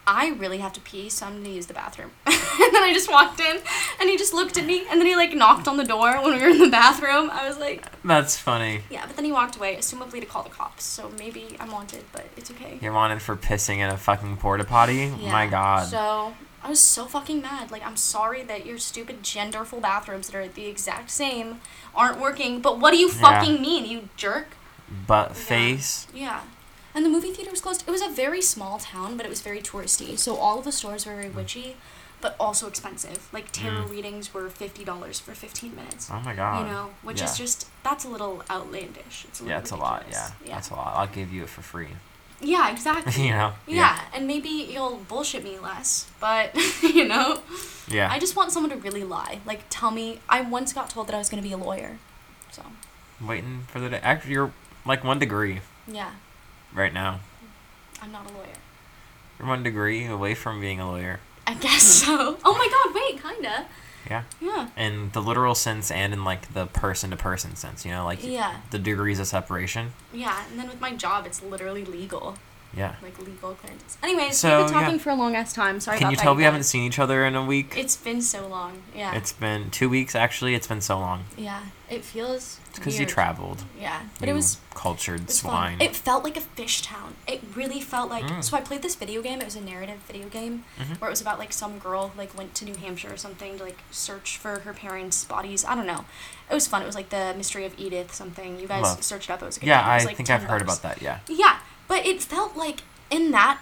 [SPEAKER 2] I really have to pee, so I'm gonna use the bathroom. and then I just walked in, and he just looked at me, and then he like knocked on the door when we were in the bathroom. I was like,
[SPEAKER 1] That's funny.
[SPEAKER 2] yeah, but then he walked away, assumably to call the cops. So maybe I'm wanted, but it's okay.
[SPEAKER 1] You're wanted for pissing in a fucking porta potty.
[SPEAKER 2] Yeah.
[SPEAKER 1] My God.
[SPEAKER 2] So I was so fucking mad. Like I'm sorry that your stupid genderful bathrooms that are the exact same aren't working. But what do you
[SPEAKER 1] Yeah.
[SPEAKER 2] fucking mean, you jerk?
[SPEAKER 1] Butt face.
[SPEAKER 2] Yeah. And the movie theater was closed. It was a very small town, but it was very touristy. So all of the stores were very witchy, but also expensive. Like tarot
[SPEAKER 1] Mm.
[SPEAKER 2] readings were fifty dollars for fifteen minutes.
[SPEAKER 1] Oh my God.
[SPEAKER 2] you know, which
[SPEAKER 1] yeah.
[SPEAKER 2] is just that's a little outlandish. It's a little
[SPEAKER 1] Yeah, it's a lot. Yeah.
[SPEAKER 2] ridiculous.
[SPEAKER 1] that's a lot. I'll give you it for free.
[SPEAKER 2] Yeah, exactly.
[SPEAKER 1] you know.
[SPEAKER 2] yeah, and maybe you'll bullshit me less, but you know.
[SPEAKER 1] Yeah.
[SPEAKER 2] I just want someone to really lie. Like, tell me. I once got told that I was going to be a lawyer. So,
[SPEAKER 1] Waiting for the day. Actually, you're like one degree
[SPEAKER 2] yeah,
[SPEAKER 1] right now.
[SPEAKER 2] I'm not a lawyer.
[SPEAKER 1] You're one degree away from being a lawyer.
[SPEAKER 2] I guess so. Oh my god, wait, kinda.
[SPEAKER 1] Hmm. Yeah.
[SPEAKER 2] Yeah.
[SPEAKER 1] In the literal sense and in like the person to person sense. You know, like
[SPEAKER 2] Yeah.
[SPEAKER 1] the degrees of separation.
[SPEAKER 2] Yeah, and then with my job, it's literally legal.
[SPEAKER 1] Yeah.
[SPEAKER 2] Like, legal clearances. Anyways,
[SPEAKER 1] So,
[SPEAKER 2] we've been talking
[SPEAKER 1] yeah.
[SPEAKER 2] for a long ass time. Sorry
[SPEAKER 1] Can
[SPEAKER 2] about
[SPEAKER 1] you
[SPEAKER 2] that,
[SPEAKER 1] tell we haven't
[SPEAKER 2] guys.
[SPEAKER 1] seen each other in a week?
[SPEAKER 2] It's been so long. Yeah.
[SPEAKER 1] It's been two weeks actually. It's been so long.
[SPEAKER 2] yeah. It feels.
[SPEAKER 1] It's because you traveled.
[SPEAKER 2] Yeah. But
[SPEAKER 1] you
[SPEAKER 2] it was
[SPEAKER 1] cultured
[SPEAKER 2] It's
[SPEAKER 1] swine.
[SPEAKER 2] Fun. It felt like a fish town. It really felt like.
[SPEAKER 1] Mm.
[SPEAKER 2] So I played this video game. It was a narrative video game
[SPEAKER 1] Mhm.
[SPEAKER 2] where it was about like some girl like went to New Hampshire or something to like search for her parents' bodies. I don't know. It was fun. It was like the mystery of Edith something. You guys
[SPEAKER 1] Love.
[SPEAKER 2] searched it up. It was a good
[SPEAKER 1] yeah,
[SPEAKER 2] game. It was,
[SPEAKER 1] I
[SPEAKER 2] like,
[SPEAKER 1] think
[SPEAKER 2] 10
[SPEAKER 1] I've heard
[SPEAKER 2] bucks.
[SPEAKER 1] about that. Yeah.
[SPEAKER 2] Yeah, but it felt like in that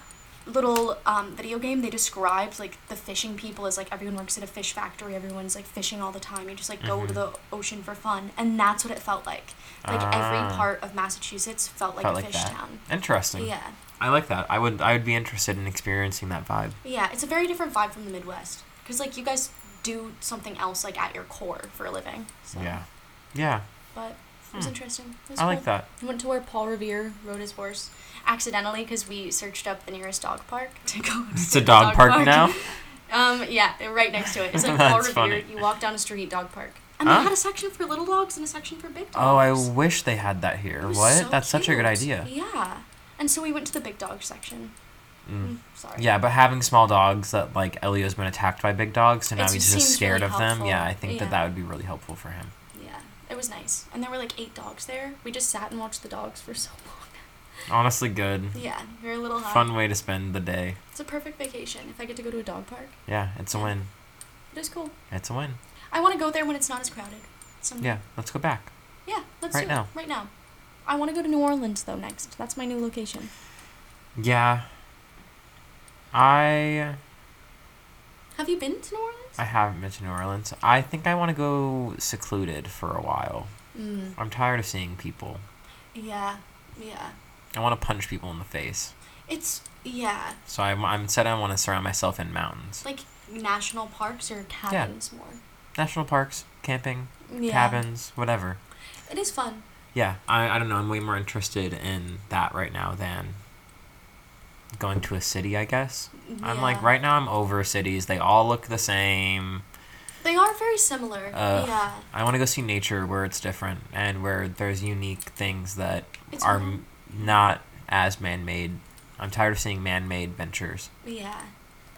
[SPEAKER 2] little um, video game they described like the fishing people as like everyone works at a fish factory everyone's like fishing all the time you just like go
[SPEAKER 1] Mm-hmm.
[SPEAKER 2] to the ocean for fun and that's what it felt like like every
[SPEAKER 1] Ah.
[SPEAKER 2] part of massachusetts felt like
[SPEAKER 1] Felt
[SPEAKER 2] a
[SPEAKER 1] like
[SPEAKER 2] fish
[SPEAKER 1] that.
[SPEAKER 2] town
[SPEAKER 1] Interesting.
[SPEAKER 2] yeah
[SPEAKER 1] I like that. I would I would be interested in experiencing that vibe.
[SPEAKER 2] Yeah, it's a very different vibe from the Midwest because like you guys do something else like at your core for a living. So.
[SPEAKER 1] Yeah. Yeah.
[SPEAKER 2] But it was interesting. It was
[SPEAKER 1] I like
[SPEAKER 2] cool.
[SPEAKER 1] that.
[SPEAKER 2] We went to where Paul Revere rode his horse accidentally because we searched up the nearest dog park to go.
[SPEAKER 1] It's a dog park now.
[SPEAKER 2] Um, yeah, they're right next to it. It's like Paul
[SPEAKER 1] That's
[SPEAKER 2] Revere.
[SPEAKER 1] funny.
[SPEAKER 2] You walk down a street, dog park, and
[SPEAKER 1] Huh?
[SPEAKER 2] they had a section for little dogs and a section for big
[SPEAKER 1] Oh, I
[SPEAKER 2] dogs.
[SPEAKER 1] wish they had that here.
[SPEAKER 2] It was
[SPEAKER 1] What?
[SPEAKER 2] so
[SPEAKER 1] That's such a good
[SPEAKER 2] cute.
[SPEAKER 1] idea.
[SPEAKER 2] Yeah, and so we went to the big dog section. Mm, sorry.
[SPEAKER 1] Yeah, but having small dogs that like Elio's been attacked by big dogs and now
[SPEAKER 2] It's-
[SPEAKER 1] he's
[SPEAKER 2] it
[SPEAKER 1] just
[SPEAKER 2] seems
[SPEAKER 1] scared
[SPEAKER 2] really
[SPEAKER 1] of them. Yeah, I
[SPEAKER 2] helpful.
[SPEAKER 1] think
[SPEAKER 2] Yeah.
[SPEAKER 1] that that would be really helpful for him.
[SPEAKER 2] Yeah, it was nice, and there were like eight dogs there. We just sat and watched the dogs for so long.
[SPEAKER 1] Honestly, good.
[SPEAKER 2] Yeah, we were a little high.
[SPEAKER 1] Fun way to spend the day.
[SPEAKER 2] It's a perfect vacation if I get to go to a dog park.
[SPEAKER 1] Yeah, it's a
[SPEAKER 2] Yeah.
[SPEAKER 1] win.
[SPEAKER 2] It is cool.
[SPEAKER 1] It's a win.
[SPEAKER 2] I want to go there when it's not as crowded. Someday.
[SPEAKER 1] Yeah, let's go back.
[SPEAKER 2] Yeah, let's
[SPEAKER 1] Right
[SPEAKER 2] do
[SPEAKER 1] now.
[SPEAKER 2] it. Right now. I want to go to New Orleans though next. That's my new location.
[SPEAKER 1] Yeah. I
[SPEAKER 2] Have you been to New Orleans?
[SPEAKER 1] I haven't been to New Orleans. I think I want to go secluded for a while.
[SPEAKER 2] Mm,
[SPEAKER 1] I'm tired of seeing people.
[SPEAKER 2] yeah, yeah.
[SPEAKER 1] I want to punch people in the face.
[SPEAKER 2] It's yeah,
[SPEAKER 1] So I'm, I'm said I want to surround myself in mountains,
[SPEAKER 2] like national parks or cabins more.
[SPEAKER 1] national parks, camping,
[SPEAKER 2] Yeah,
[SPEAKER 1] cabins, whatever.
[SPEAKER 2] It is fun.
[SPEAKER 1] Yeah, I, I don't know. I'm way more interested in that right now than going to a city, I guess. I'm like,
[SPEAKER 2] Yeah.
[SPEAKER 1] right now I'm over cities. They all look the same.
[SPEAKER 2] They are very similar.
[SPEAKER 1] Ugh.
[SPEAKER 2] yeah,
[SPEAKER 1] I want to go see nature where it's different and where there's unique things that
[SPEAKER 2] It's
[SPEAKER 1] are
[SPEAKER 2] fun.
[SPEAKER 1] m- not as man made. I'm tired of seeing man made ventures.
[SPEAKER 2] yeah.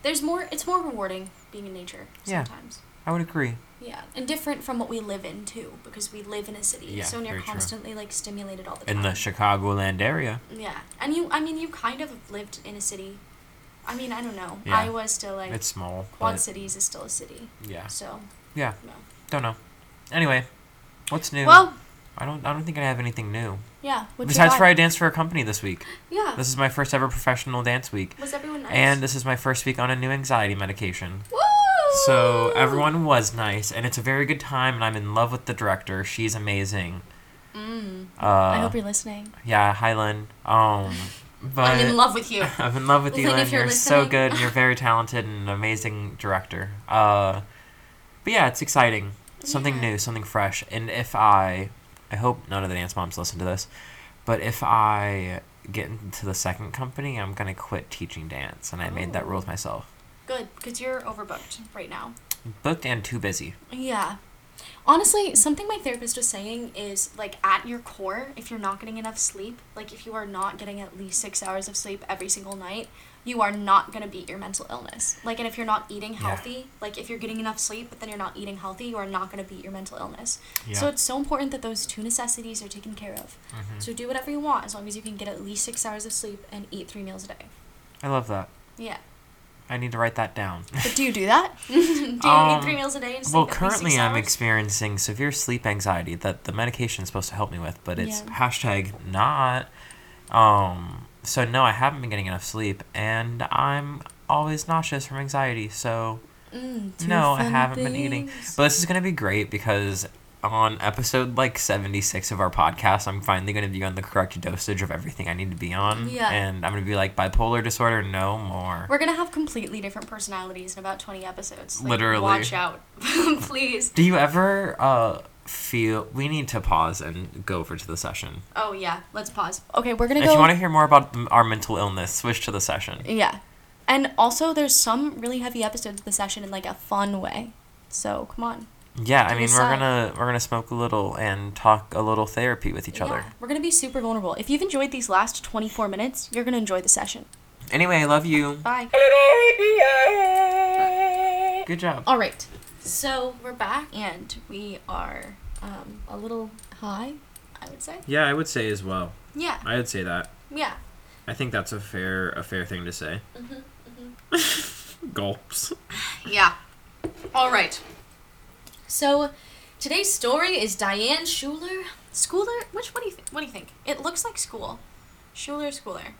[SPEAKER 2] There's more. It's more rewarding being in nature
[SPEAKER 1] Yeah.
[SPEAKER 2] sometimes.
[SPEAKER 1] I would agree.
[SPEAKER 2] Yeah, and different from what we live in too, because we live in a city,
[SPEAKER 1] Yeah,
[SPEAKER 2] so you're
[SPEAKER 1] very true.
[SPEAKER 2] constantly like stimulated all the time.
[SPEAKER 1] In the Chicagoland area.
[SPEAKER 2] Yeah, and you. I mean, you kind of have lived in a city. I mean, I don't know.
[SPEAKER 1] Yeah.
[SPEAKER 2] Iowa's still like
[SPEAKER 1] It's small.
[SPEAKER 2] Quad
[SPEAKER 1] but-
[SPEAKER 2] Cities is still a city.
[SPEAKER 1] Yeah.
[SPEAKER 2] So
[SPEAKER 1] Yeah.
[SPEAKER 2] no.
[SPEAKER 1] Don't know. Anyway, what's new?
[SPEAKER 2] Well,
[SPEAKER 1] I don't. I don't think I have anything new.
[SPEAKER 2] yeah. What you
[SPEAKER 1] Besides,
[SPEAKER 2] got?
[SPEAKER 1] for I danced for a company this week.
[SPEAKER 2] Yeah.
[SPEAKER 1] This is my first ever professional dance week,
[SPEAKER 2] was everyone nice?
[SPEAKER 1] and this is my first week on a new anxiety medication.
[SPEAKER 2] Woo!
[SPEAKER 1] So everyone was nice, and it's a very good time, and I'm in love with the director. She's amazing.
[SPEAKER 2] Mm,
[SPEAKER 1] Uh,
[SPEAKER 2] I hope you're listening.
[SPEAKER 1] yeah, hi Lynn. Um, but
[SPEAKER 2] I'm in love with you.
[SPEAKER 1] I'm in love with you,
[SPEAKER 2] Lynn,
[SPEAKER 1] Lynn.
[SPEAKER 2] if you're
[SPEAKER 1] You're so
[SPEAKER 2] listening.
[SPEAKER 1] good. and You're very talented and an amazing director. Uh, but yeah, it's exciting. Something
[SPEAKER 2] Yeah.
[SPEAKER 1] new, something fresh. And if I, I hope none of the dance moms listen to this, but if I get into the second company, I'm gonna quit teaching dance, and I made that
[SPEAKER 2] Oh.
[SPEAKER 1] rule with myself.
[SPEAKER 2] Good, because you're overbooked right now.
[SPEAKER 1] Booked and too busy.
[SPEAKER 2] Yeah. Honestly, something my therapist was saying is like at your core, if you're not getting enough sleep, like if you are not getting at least six hours of sleep every single night, you are not gonna beat your mental illness. Like, and if you're not eating healthy, like if you're getting enough sleep but then you're not eating healthy, you are not gonna beat your mental illness. So
[SPEAKER 1] Yeah.
[SPEAKER 2] it's so important that those two necessities are taken care of.
[SPEAKER 1] Mm-hmm. Mm.
[SPEAKER 2] So do whatever you want as long as you can get at least six hours of sleep and eat three meals a day.
[SPEAKER 1] I love that.
[SPEAKER 2] Yeah.
[SPEAKER 1] I need to write that down.
[SPEAKER 2] But do you do that? do you
[SPEAKER 1] Um,
[SPEAKER 2] eat three meals a day and sleep
[SPEAKER 1] Well,
[SPEAKER 2] at least
[SPEAKER 1] currently
[SPEAKER 2] six
[SPEAKER 1] I'm
[SPEAKER 2] hours?
[SPEAKER 1] experiencing severe sleep anxiety that the medication is supposed to help me with, but it's
[SPEAKER 2] Yeah.
[SPEAKER 1] hashtag not. Um, so no, I haven't been getting enough sleep, and I'm always nauseous from anxiety. So
[SPEAKER 2] Mm, two
[SPEAKER 1] no, I
[SPEAKER 2] fun
[SPEAKER 1] haven't been eating.
[SPEAKER 2] things.
[SPEAKER 1] But this is gonna be great because on episode like 76 of our podcast, I'm finally gonna be on the correct dosage of everything I need to be on,
[SPEAKER 2] Yeah.
[SPEAKER 1] and I'm gonna be like bipolar disorder no more.
[SPEAKER 2] We're gonna have completely different personalities in about twenty episodes. Like,
[SPEAKER 1] Literally.
[SPEAKER 2] Watch out, please.
[SPEAKER 1] Do you ever uh feel we need to pause and go over to the session?
[SPEAKER 2] Oh yeah, let's pause. Okay, we're gonna
[SPEAKER 1] If
[SPEAKER 2] go.
[SPEAKER 1] you want to hear more about the, our mental illness, switch to the session.
[SPEAKER 2] yeah, and also there's some really heavy episodes of the session in like a fun way. So come on.
[SPEAKER 1] Yeah, I
[SPEAKER 2] To
[SPEAKER 1] mean we're
[SPEAKER 2] decide.
[SPEAKER 1] gonna we're gonna smoke a little and talk a little therapy with each
[SPEAKER 2] yeah,
[SPEAKER 1] other.
[SPEAKER 2] we're gonna be super vulnerable. If you've enjoyed these last twenty four minutes, you're gonna enjoy the session.
[SPEAKER 1] Anyway, I love you.
[SPEAKER 2] Bye.
[SPEAKER 1] Good job.
[SPEAKER 2] All right. So we're back and we are um, a little high, I would say.
[SPEAKER 1] Yeah, I would say as well.
[SPEAKER 2] Yeah.
[SPEAKER 1] I would say that.
[SPEAKER 2] Yeah.
[SPEAKER 1] I think that's a fair a fair thing to say.
[SPEAKER 2] Mm-hmm,
[SPEAKER 1] Gulps.
[SPEAKER 2] Yeah. All right. So today's story is Diane Schuler. Schooler? Which what do you think? What do you think? It looks like school. Schuler, Schooler.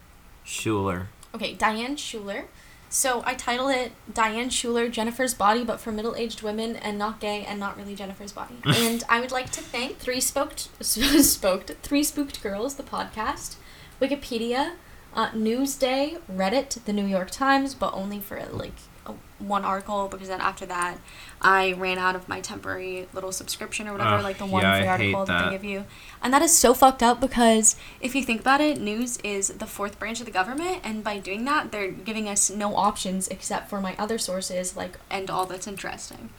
[SPEAKER 1] Schuler.
[SPEAKER 2] Okay, Diane Schuler. So I titled it Diane Schuler, Jennifer's Body, but for middle aged women and not gay and not really Jennifer's Body. and I would like to thank Three Spooked, Spooked, Three Spooked Girls, the podcast, Wikipedia, Uh, Newsday, Reddit, The New York Times, but only for like a, one article because then after that, I ran out of my temporary little subscription or whatever,
[SPEAKER 1] Ugh,
[SPEAKER 2] like the one
[SPEAKER 1] yeah, I
[SPEAKER 2] free article
[SPEAKER 1] hate
[SPEAKER 2] that.
[SPEAKER 1] that.
[SPEAKER 2] they give you. And that is so fucked up because if you think about it, news is the fourth branch of the government, and by doing that, they're giving us no options except for my other sources, like and all that's interesting.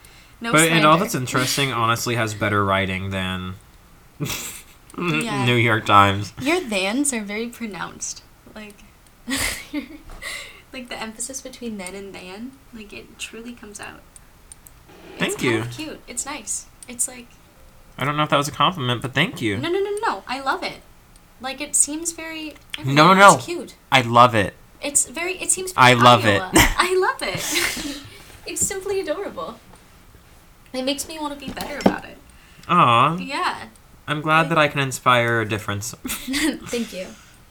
[SPEAKER 2] No,
[SPEAKER 1] but and all
[SPEAKER 2] slander.
[SPEAKER 1] that's interesting honestly has better writing than
[SPEAKER 2] Yeah.
[SPEAKER 1] New York Times.
[SPEAKER 2] Your thans are very pronounced. Like, like the emphasis between then and than, like it truly comes out.
[SPEAKER 1] Thank
[SPEAKER 2] it's kind
[SPEAKER 1] you.
[SPEAKER 2] of cute. It's nice. It's like
[SPEAKER 1] I don't know if that was a compliment, but thank you.
[SPEAKER 2] no, no, no, no. I love it. Like it seems very. I don't
[SPEAKER 1] No,
[SPEAKER 2] know,
[SPEAKER 1] no,
[SPEAKER 2] It's
[SPEAKER 1] no.
[SPEAKER 2] cute.
[SPEAKER 1] I love it.
[SPEAKER 2] It's very. It seems.
[SPEAKER 1] I
[SPEAKER 2] very
[SPEAKER 1] love
[SPEAKER 2] Iowa.
[SPEAKER 1] it.
[SPEAKER 2] I love it. it's simply adorable. It makes me want to be better about it.
[SPEAKER 1] Aw,
[SPEAKER 2] Yeah.
[SPEAKER 1] I'm glad that I can inspire a difference.
[SPEAKER 2] Thank you.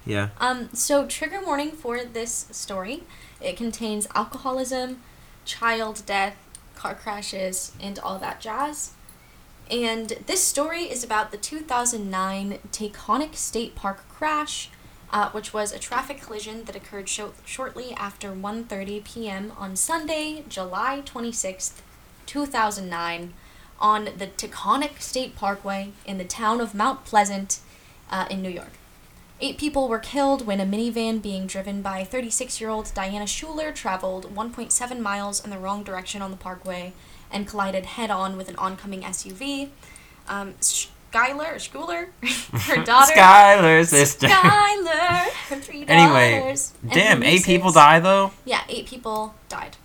[SPEAKER 1] yeah.
[SPEAKER 2] Um, so trigger warning for this story. It contains alcoholism, child death, car crashes, and all that jazz. And this story is about the 2009 Taconic State Park crash, uh, which was a traffic collision that occurred sho- shortly after 1:30 p.m. on Sunday, July 26th, 2009, on the Taconic State Parkway in the town of Mount Pleasant, uh, in New York. Eight people were killed when a minivan being driven by 36 year old Diana Schuler traveled 1.7 miles in the wrong direction on the parkway and collided head on with an oncoming SUV. Um, Skyler, Schuler, her daughter.
[SPEAKER 1] Skylar's sister.
[SPEAKER 2] Skyler, her three
[SPEAKER 1] anyway,
[SPEAKER 2] daughters, and her
[SPEAKER 1] damn, eight
[SPEAKER 2] nieces.
[SPEAKER 1] people die though.
[SPEAKER 2] Yeah, eight people died.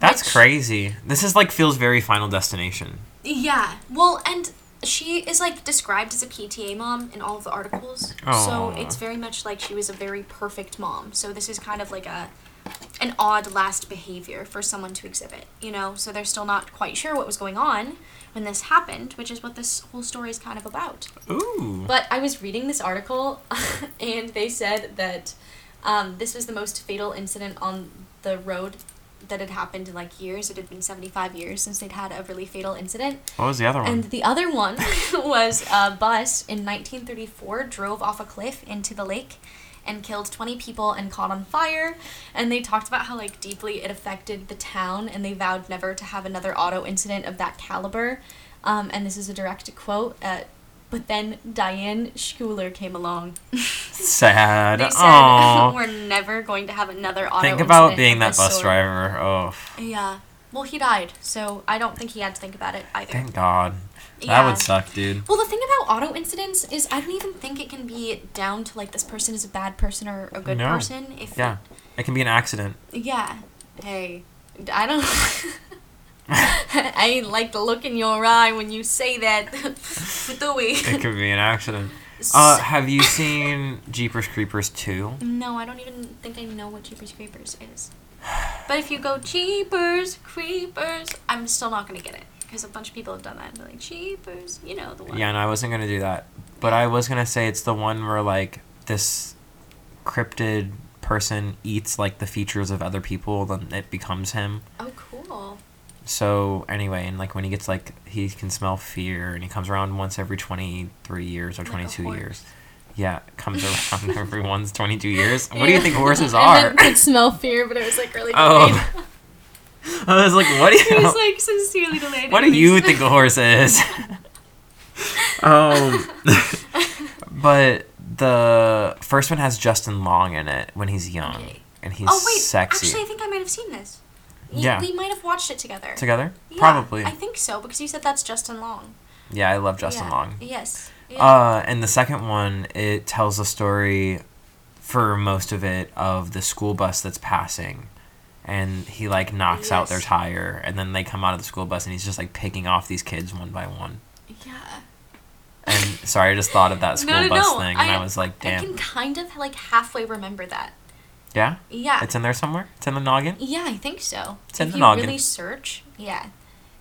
[SPEAKER 1] That's
[SPEAKER 2] Which-
[SPEAKER 1] crazy. This is like feels very Final Destination.
[SPEAKER 2] Yeah. Well, and she is like described as a PTA mom in all of the articles. So
[SPEAKER 1] Aw.
[SPEAKER 2] it's very much like she was a very perfect mom. So this is kind of like a an odd last behavior for someone to exhibit, you know? So they're still not quite sure what was going on when this happened, which is what this whole story is kind of about.
[SPEAKER 1] Ooh.
[SPEAKER 2] But I was reading this article, and they said that um, this was the most fatal incident on the road that had happened in like years. It had been 75 years since they'd had a really fatal incident.
[SPEAKER 1] What was the other one?
[SPEAKER 2] And the other one was a bus in 1934 drove off a cliff into the lake and killed 20 people and caught on fire. And they talked about how like deeply it affected the town and they vowed never to have another auto incident of that caliber. Um, and this is a direct quote. Uh, but then Diane Schuler came along.
[SPEAKER 1] Sad.
[SPEAKER 2] They
[SPEAKER 1] uh,
[SPEAKER 2] said,
[SPEAKER 1] Aw.
[SPEAKER 2] "We're never going to have another auto
[SPEAKER 1] Think about
[SPEAKER 2] incident
[SPEAKER 1] being
[SPEAKER 2] of
[SPEAKER 1] that
[SPEAKER 2] this
[SPEAKER 1] bus
[SPEAKER 2] sort."
[SPEAKER 1] driver. Oh,
[SPEAKER 2] Yeah. Well, he died, so I don't think he had to think about it either.
[SPEAKER 1] thank God. That
[SPEAKER 2] Yeah.
[SPEAKER 1] would suck, dude.
[SPEAKER 2] Well, the thing about auto incidents is I don't even think it can be down to like this person is a bad person or a good
[SPEAKER 1] No.
[SPEAKER 2] person. If
[SPEAKER 1] Yeah. It can be an accident.
[SPEAKER 2] yeah. Hey, d- I don't. I like the look in your eye when you say that. but do we?
[SPEAKER 1] It could be an accident. Uh, have you seen Jeepers Creepers 2?
[SPEAKER 2] no, I don't even think I know what Jeepers Creepers is. But if you go Jeepers Creepers, I'm still not gonna get it because a bunch of people have done that. They're like Jeepers, you know the one.
[SPEAKER 1] Yeah, no, I wasn't gonna do that. But I was gonna say it's the one where like this cryptid person eats like the features of other people, then it becomes him.
[SPEAKER 2] Oh, cool.
[SPEAKER 1] So anyway, and like when he gets like he can smell fear, and he comes around once every twenty three years or
[SPEAKER 2] Like a
[SPEAKER 1] twenty two
[SPEAKER 2] horse.
[SPEAKER 1] years. Yeah, comes around every once twenty two years. What do you think horses
[SPEAKER 2] I
[SPEAKER 1] are?
[SPEAKER 2] meant could smell fear, but it was like really delayed.
[SPEAKER 1] Oh. I was like, what do
[SPEAKER 2] It
[SPEAKER 1] you?
[SPEAKER 2] was like sincerely delayed.
[SPEAKER 1] what do you think a horse is? um, but the first one has Justin Long in it when he's young,
[SPEAKER 2] Okay.
[SPEAKER 1] and he's
[SPEAKER 2] Oh wait,
[SPEAKER 1] sexy.
[SPEAKER 2] actually, I think I might have seen this. Y-
[SPEAKER 1] Yeah.
[SPEAKER 2] we might have watched it together.
[SPEAKER 1] Together,
[SPEAKER 2] Yeah,
[SPEAKER 1] probably.
[SPEAKER 2] I think so because you said that's Justin Long.
[SPEAKER 1] yeah, I love Justin
[SPEAKER 2] Yeah.
[SPEAKER 1] Long.
[SPEAKER 2] Yes. Yeah.
[SPEAKER 1] Uh, and the second one, it tells the story for most of it of the school bus that's passing. And he like knocks out their
[SPEAKER 2] Yes.
[SPEAKER 1] tire, and then they come out of the school bus, and he's just like picking off these kids one by one.
[SPEAKER 2] yeah.
[SPEAKER 1] And sorry, I just thought of that
[SPEAKER 2] No,
[SPEAKER 1] school
[SPEAKER 2] no,
[SPEAKER 1] bus
[SPEAKER 2] no,
[SPEAKER 1] thing, and I,
[SPEAKER 2] I-
[SPEAKER 1] was like,
[SPEAKER 2] I
[SPEAKER 1] damn,
[SPEAKER 2] can kind of like halfway remember that.
[SPEAKER 1] yeah,
[SPEAKER 2] Yeah.
[SPEAKER 1] it's in there somewhere. It's in the noggin.
[SPEAKER 2] yeah, I think so.
[SPEAKER 1] It's in
[SPEAKER 2] if
[SPEAKER 1] the
[SPEAKER 2] you
[SPEAKER 1] noggin.
[SPEAKER 2] really search, yeah.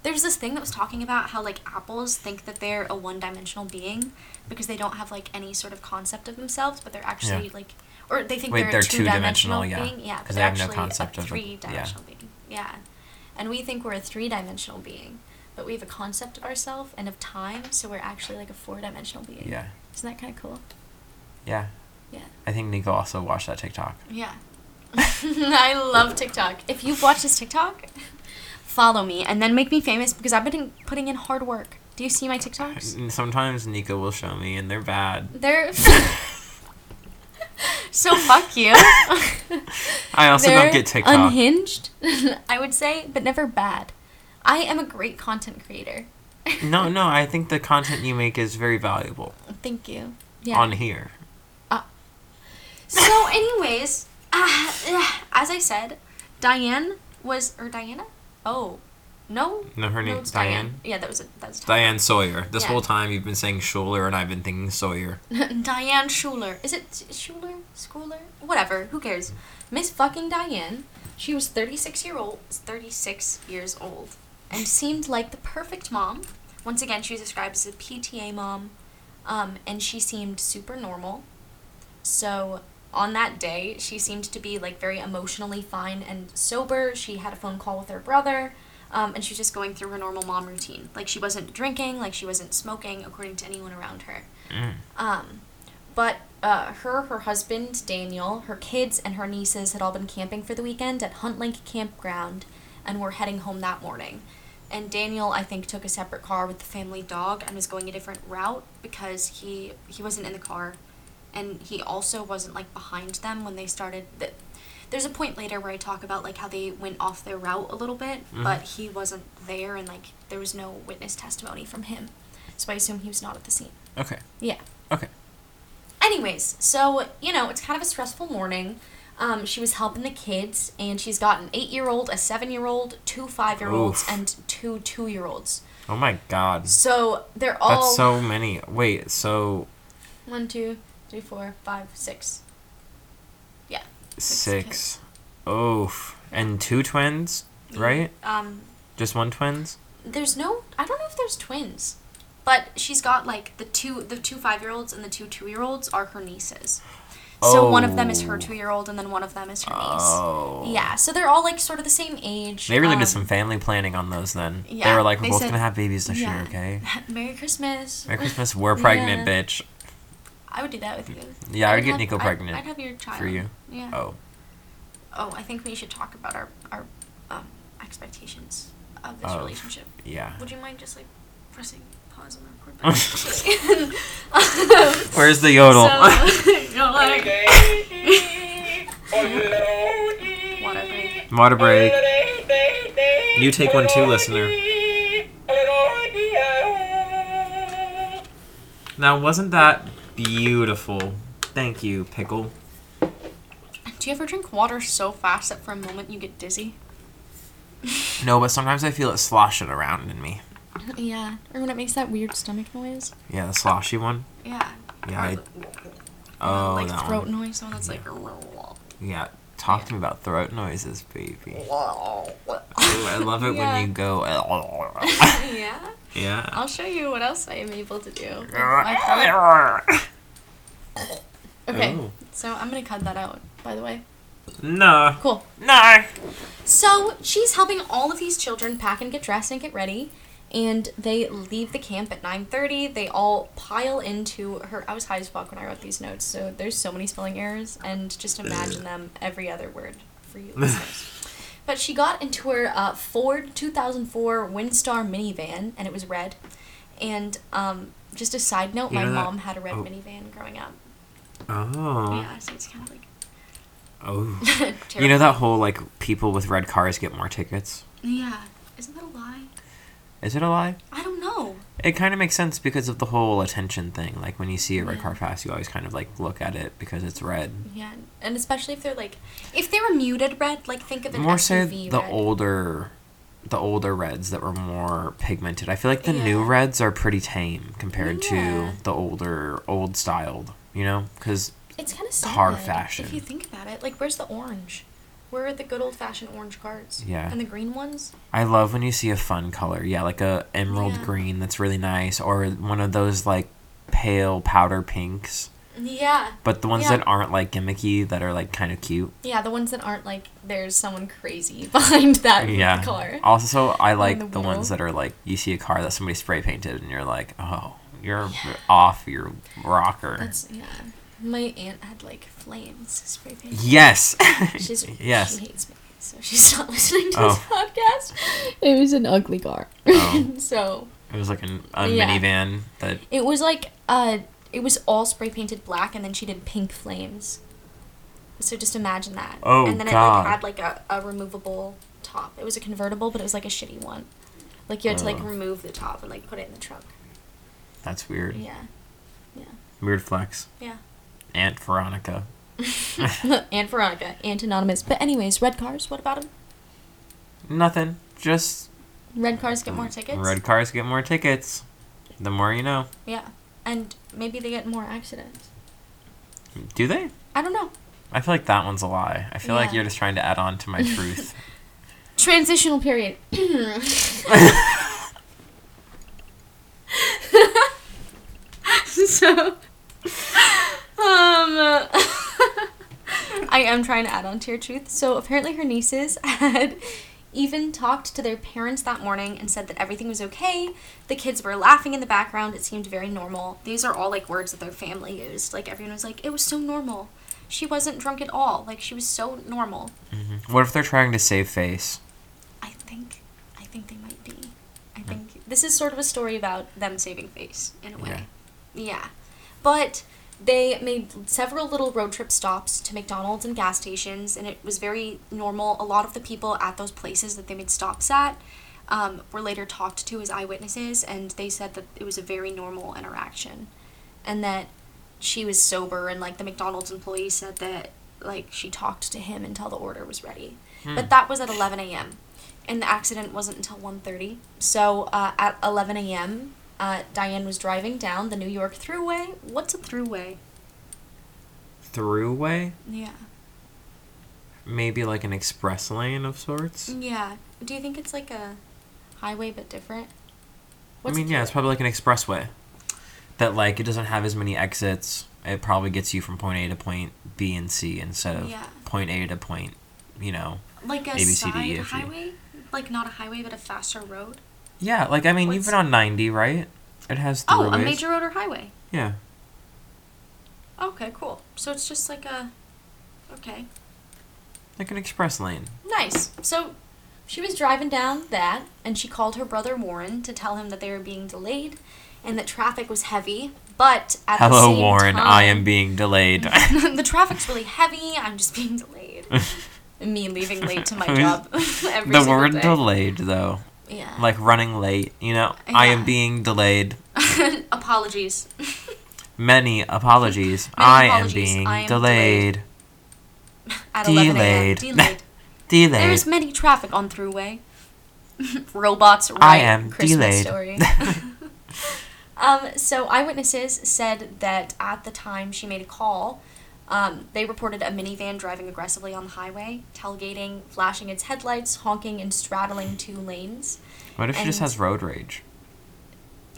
[SPEAKER 2] There's this thing that was talking about how like apples think that they're a one-dimensional being because they don't have like any sort of concept of themselves, but they're actually
[SPEAKER 1] Yeah.
[SPEAKER 2] like, or they think
[SPEAKER 1] Wait,
[SPEAKER 2] they're,
[SPEAKER 1] they're
[SPEAKER 2] a two-dimensional,
[SPEAKER 1] two-dimensional, yeah,
[SPEAKER 2] being. Yeah,
[SPEAKER 1] 'cause
[SPEAKER 2] but
[SPEAKER 1] they
[SPEAKER 2] they're
[SPEAKER 1] have no
[SPEAKER 2] actually
[SPEAKER 1] concept
[SPEAKER 2] a
[SPEAKER 1] of it, yeah.
[SPEAKER 2] three-dimensional being. Yeah, and we think we're a three-dimensional being, but we have a concept of ourselves and of time, so we're actually like a four-dimensional being.
[SPEAKER 1] Yeah,
[SPEAKER 2] Isn't that kind of cool?
[SPEAKER 1] yeah.
[SPEAKER 2] Yeah.
[SPEAKER 1] I think Nico also watched that TikTok.
[SPEAKER 2] Yeah. I love TikTok. If you watch this TikTok, follow me and then make me famous because I've been putting in hard work. Do you see my TikToks?
[SPEAKER 1] And Sometimes Nico will show me, and they're bad.
[SPEAKER 2] They're so fuck you.
[SPEAKER 1] I also
[SPEAKER 2] They're
[SPEAKER 1] don't get TikTok.
[SPEAKER 2] Unhinged, I would say, but never bad. I am a great content creator.
[SPEAKER 1] no, no, I think the content you make is very valuable
[SPEAKER 2] Thank you. Yeah.
[SPEAKER 1] on here.
[SPEAKER 2] So, anyways, uh, as I said, Diane was or Diana? Oh, no.
[SPEAKER 1] No, her
[SPEAKER 2] no,
[SPEAKER 1] name
[SPEAKER 2] it's
[SPEAKER 1] Diane.
[SPEAKER 2] Yeah, that was a, that was a
[SPEAKER 1] Diane Sawyer. This
[SPEAKER 2] Yeah.
[SPEAKER 1] whole time you've been saying Schuler, and I've been thinking Sawyer.
[SPEAKER 2] Diane Schuler. Is it Schuler? Schooler? Whatever. Who cares? Miss fucking Diane. She was 36 year old. 36 years old, and seemed like the perfect mom. Once again, she was described as a PTA mom, um, and she seemed super normal. So on that day, she seemed to be like very emotionally fine and sober. She had a phone call with her brother. Um, and she was just going through her normal mom routine. Like, she wasn't drinking, like, she wasn't smoking, according to anyone around her.
[SPEAKER 1] Mm.
[SPEAKER 2] Um, but uh, her, her husband Daniel, her kids, and her nieces had all been camping for the weekend at Hunt Lake Campground, and were heading home that morning. And Daniel, I think, took a separate car with the family dog and was going a different route because he he wasn't in the car, and he also wasn't like behind them when they started. The, there's a point later where I talk about like how they went off their route a little bit, but he wasn't there, and like there was no witness testimony from him, so I assume he was not at the scene.
[SPEAKER 1] Okay.
[SPEAKER 2] Yeah.
[SPEAKER 1] Okay.
[SPEAKER 2] Anyways, so, you know, it's kind of a stressful morning. Um, she was helping the kids, and she's got an eight year old, a seven year old, two five year olds,
[SPEAKER 1] Oof.
[SPEAKER 2] and two two year olds.
[SPEAKER 1] Oh my God. That's
[SPEAKER 2] So they're all
[SPEAKER 1] so many. Wait. So
[SPEAKER 2] one, two, three, four, five, six. Yeah.
[SPEAKER 1] six. Oof. And two twins, right?
[SPEAKER 2] Um,
[SPEAKER 1] Just one twins.
[SPEAKER 2] there's no I don't know if there's twins. But she's got like the two the two five year olds and the two two year olds are her nieces. So one of them is her
[SPEAKER 1] Oh.
[SPEAKER 2] two year old and then one of them is her niece.
[SPEAKER 1] Oh.
[SPEAKER 2] Yeah, so they're all like sort of the same age.
[SPEAKER 1] They really
[SPEAKER 2] um,
[SPEAKER 1] did some family planning on those then.
[SPEAKER 2] yeah,
[SPEAKER 1] they were like, we're
[SPEAKER 2] they
[SPEAKER 1] both
[SPEAKER 2] said-
[SPEAKER 1] gonna have babies this
[SPEAKER 2] yeah.
[SPEAKER 1] year, okay?
[SPEAKER 2] Merry Christmas.
[SPEAKER 1] Merry Christmas, we're pregnant,
[SPEAKER 2] Yeah.
[SPEAKER 1] bitch.
[SPEAKER 2] I would do that with you.
[SPEAKER 1] Yeah, I would
[SPEAKER 2] I'd
[SPEAKER 1] get
[SPEAKER 2] have-
[SPEAKER 1] Nico
[SPEAKER 2] I'd-
[SPEAKER 1] pregnant
[SPEAKER 2] I'd, have your child.
[SPEAKER 1] for you.
[SPEAKER 2] Yeah. Oh.
[SPEAKER 1] Oh.
[SPEAKER 2] I think we should talk about our our um, expectations of this
[SPEAKER 1] Of-
[SPEAKER 2] relationship.
[SPEAKER 1] Yeah.
[SPEAKER 2] Would you mind just like pressing pause on the record button?
[SPEAKER 1] Where's the yodel?
[SPEAKER 2] So, you're like,
[SPEAKER 1] Water
[SPEAKER 2] water break.
[SPEAKER 1] break.
[SPEAKER 3] You take one too, listener.
[SPEAKER 1] Now, wasn't that beautiful? Thank you, Pickle.
[SPEAKER 2] Do you ever drink water so fast that for a moment you get dizzy?
[SPEAKER 1] No, but sometimes I feel it sloshing around in me.
[SPEAKER 2] Yeah. Or when it makes that weird stomach noise.
[SPEAKER 1] Yeah, the sloshy one.
[SPEAKER 2] Yeah.
[SPEAKER 1] Yeah. I,
[SPEAKER 2] Uh,
[SPEAKER 1] oh,
[SPEAKER 2] like
[SPEAKER 1] that
[SPEAKER 2] throat
[SPEAKER 1] one.
[SPEAKER 2] noise, one that's like.
[SPEAKER 1] Yeah. Talk to me about throat noises, baby. Ooh, I love it
[SPEAKER 2] Yeah.
[SPEAKER 1] when you go.
[SPEAKER 2] yeah.
[SPEAKER 1] yeah.
[SPEAKER 2] I'll show you what else I am able to do. with my throat.
[SPEAKER 1] no.
[SPEAKER 2] Okay,
[SPEAKER 1] Ooh.
[SPEAKER 2] so I'm gonna cut that out, by the way. Cool.
[SPEAKER 1] No.
[SPEAKER 2] So she's helping all of these children pack and get dressed and get ready, and they leave the camp at 9:30. They all pile into her. I was high as fuck when I wrote these notes, so there's so many spelling errors, and just imagine them every other word for you listeners. But she got into her uh, Ford 2004 Windstar minivan, and it was red. And um, just a side note,
[SPEAKER 1] You
[SPEAKER 2] my
[SPEAKER 1] know that-
[SPEAKER 2] mom had a red
[SPEAKER 1] oh.
[SPEAKER 2] minivan growing up.
[SPEAKER 1] Oh.
[SPEAKER 2] Yeah, so it's kind of
[SPEAKER 1] Oh.
[SPEAKER 2] like.
[SPEAKER 1] You know that whole like people with red cars get more tickets?
[SPEAKER 2] Yeah. Isn't that a lie?
[SPEAKER 1] Is it a lie?
[SPEAKER 2] I don't know.
[SPEAKER 1] It kind of makes sense because of the whole attention thing. Like when you see a red
[SPEAKER 2] Yeah.
[SPEAKER 1] car pass, you always kind of like look at it because it's red.
[SPEAKER 2] Yeah, and especially if they're like, if they were muted red, like think of an
[SPEAKER 1] more
[SPEAKER 2] SUV
[SPEAKER 1] so the
[SPEAKER 2] red.
[SPEAKER 1] older, the older reds that were more pigmented. I feel like the new
[SPEAKER 2] Yeah.
[SPEAKER 1] reds are pretty tame compared
[SPEAKER 2] Yeah.
[SPEAKER 1] to the older, old styled. You know, because
[SPEAKER 2] It's kind of sad.
[SPEAKER 1] car fashion.
[SPEAKER 2] If you think about it, like where's the orange? Where are the good old fashioned orange cars?
[SPEAKER 1] Yeah.
[SPEAKER 2] And the green ones.
[SPEAKER 1] I love when you see a fun color. Yeah, like a emerald
[SPEAKER 2] Yeah.
[SPEAKER 1] green that's really nice, or one of those like pale powder pinks.
[SPEAKER 2] Yeah.
[SPEAKER 1] But the ones
[SPEAKER 2] Yeah.
[SPEAKER 1] that aren't like gimmicky, that are like kind of cute.
[SPEAKER 2] Yeah, the ones that aren't like there's someone crazy behind that
[SPEAKER 1] Yeah.
[SPEAKER 2] car.
[SPEAKER 1] Also, I like
[SPEAKER 2] the
[SPEAKER 1] the, ones
[SPEAKER 2] wheel.
[SPEAKER 1] that are like you see a car that somebody spray painted and you're like, oh, you're off your rocker.
[SPEAKER 2] That's yeah. My aunt had like flames spray painted.
[SPEAKER 1] Yes.
[SPEAKER 2] She's
[SPEAKER 1] yes.
[SPEAKER 2] she hates me, so she's not listening to this
[SPEAKER 1] Oh.
[SPEAKER 2] podcast. It was an ugly car.
[SPEAKER 1] Oh.
[SPEAKER 2] so
[SPEAKER 1] It was like an, a
[SPEAKER 2] Yeah.
[SPEAKER 1] minivan that.
[SPEAKER 2] it was like uh it was all spray painted black and then she did pink flames. So just imagine that.
[SPEAKER 1] Oh,
[SPEAKER 2] and then
[SPEAKER 1] God.
[SPEAKER 2] it like had like a, a removable top. It was a convertible, but it was like a shitty one. Like you had to like
[SPEAKER 1] Oh.
[SPEAKER 2] remove the top and like put it in the trunk.
[SPEAKER 1] That's weird.
[SPEAKER 2] Yeah.
[SPEAKER 1] Weird flex.
[SPEAKER 2] Yeah.
[SPEAKER 1] Aunt Veronica.
[SPEAKER 2] Aunt Veronica, Aunt Anonymous. But anyways, red cars, what about them?
[SPEAKER 1] Nothing. Just
[SPEAKER 2] Red cars get more tickets?
[SPEAKER 1] Mm, red cars get more tickets. The more you know.
[SPEAKER 2] Yeah. And maybe they get more accidents.
[SPEAKER 1] Do they?
[SPEAKER 2] I don't know.
[SPEAKER 1] I feel like that one's a lie. I feel like
[SPEAKER 2] Yeah.
[SPEAKER 1] you're just trying to add on to my truth.
[SPEAKER 2] Transitional period.
[SPEAKER 1] Mm-hmm.
[SPEAKER 2] so, um, I am trying to add on to your truth. So apparently, her nieces had even talked to their parents that morning and said that everything was okay. The kids were laughing in the background. It seemed very normal. These are all like words that their family used. Like everyone was like, "It was so normal." She wasn't drunk at all. Like she was so normal.
[SPEAKER 1] what if they're trying to save face?
[SPEAKER 2] I think I think they might be. I think this is sort of a story about them saving face in a way. Yeah. But they made several little road trip stops to McDonald's and gas stations, and it was very normal. A lot of the people at those places that they made stops at um, were later talked to as eyewitnesses, and they said that it was a very normal interaction. And that she was sober, and like the McDonald's employee said that like she talked to him until the order was ready.
[SPEAKER 1] Hmm.
[SPEAKER 2] But that was at 11 a.m and the accident wasn't until 1.30 so uh, at 11 a.m uh, diane was driving down the new york thruway what's a thruway
[SPEAKER 1] Throughway?
[SPEAKER 2] yeah
[SPEAKER 1] Maybe like an express lane of sorts?
[SPEAKER 2] yeah do you think it's like a highway but different
[SPEAKER 1] I
[SPEAKER 2] What's a
[SPEAKER 1] mean, yeah, it's
[SPEAKER 2] thruway?
[SPEAKER 1] probably like an expressway. That like it doesn't have as many exits. It probably gets you from point A to point B and C instead of
[SPEAKER 2] Yeah.
[SPEAKER 1] point A to point, you know.
[SPEAKER 2] like a
[SPEAKER 1] A, B, C, D,
[SPEAKER 2] side
[SPEAKER 1] E, F, G.
[SPEAKER 2] highway like not a highway but a faster road
[SPEAKER 1] Yeah, like I mean, you've
[SPEAKER 2] What's-
[SPEAKER 1] been on 90, right? It has
[SPEAKER 2] oh
[SPEAKER 1] throughways.
[SPEAKER 2] a major road or highway
[SPEAKER 1] Yeah.
[SPEAKER 2] okay cool so it's just like a okay
[SPEAKER 1] Like an express lane.
[SPEAKER 2] Nice. So she was driving down that, and she called her brother Warren to tell him that they were being delayed and that traffic was heavy. But at the
[SPEAKER 1] Hello,
[SPEAKER 2] same
[SPEAKER 1] Warren.
[SPEAKER 2] time,
[SPEAKER 1] I am being delayed.
[SPEAKER 2] the traffic's really heavy. I'm just being delayed. Me leaving late to my
[SPEAKER 1] I mean,
[SPEAKER 2] job every
[SPEAKER 1] the
[SPEAKER 2] single
[SPEAKER 1] word
[SPEAKER 2] day.
[SPEAKER 1] delayed, though,
[SPEAKER 2] yeah.
[SPEAKER 1] like running late, you know, I
[SPEAKER 2] Yeah.
[SPEAKER 1] am being delayed.
[SPEAKER 2] apologies.
[SPEAKER 1] Many apologies.
[SPEAKER 2] Many
[SPEAKER 1] I
[SPEAKER 2] apologies.
[SPEAKER 1] am being
[SPEAKER 2] I am
[SPEAKER 1] delayed.
[SPEAKER 2] At 11 a.m.
[SPEAKER 1] Delayed.
[SPEAKER 2] Delayed.
[SPEAKER 1] Delayed.
[SPEAKER 2] There's many traffic on throughway. Robots. Right,
[SPEAKER 1] I am
[SPEAKER 2] Christmas
[SPEAKER 1] delayed.
[SPEAKER 2] Story. um, so eyewitnesses said that at the time she made a call, um, they reported a minivan driving aggressively on the highway, tailgating, flashing its headlights, honking, and straddling two lanes.
[SPEAKER 1] What if she just
[SPEAKER 2] and-
[SPEAKER 1] has road rage?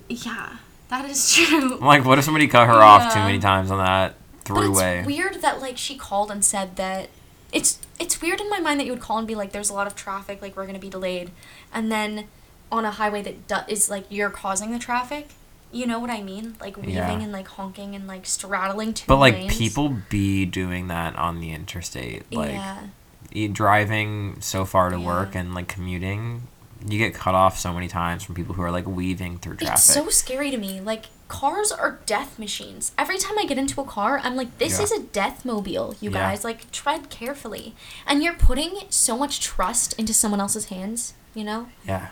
[SPEAKER 2] Yeah, that is true.
[SPEAKER 1] Like, what if somebody cut her off too
[SPEAKER 2] Yeah.
[SPEAKER 1] many times on that
[SPEAKER 2] But
[SPEAKER 1] throughway?
[SPEAKER 2] it's weird that like she called and said that it's it's weird in my mind that you would call and be like, "There's a lot of traffic, like we're gonna be delayed," and then on a highway that do- is like you're causing the traffic. You know what I mean? Like weaving
[SPEAKER 1] Yeah.
[SPEAKER 2] and like honking and like straddling two.
[SPEAKER 1] But like,
[SPEAKER 2] lanes.
[SPEAKER 1] people be doing that on the interstate, like
[SPEAKER 2] yeah,
[SPEAKER 1] you driving so far to
[SPEAKER 2] Yeah.
[SPEAKER 1] work and like commuting. You get cut off so many times from people who are like weaving through traffic.
[SPEAKER 2] it's so scary to me. Like cars are death machines. Every time I get into a car, I'm like, "This
[SPEAKER 1] Yeah.
[SPEAKER 2] is a death mobile, you
[SPEAKER 1] Yeah.
[SPEAKER 2] guys. Like tread carefully." And you're putting so much trust into someone else's hands. You know,
[SPEAKER 1] yeah.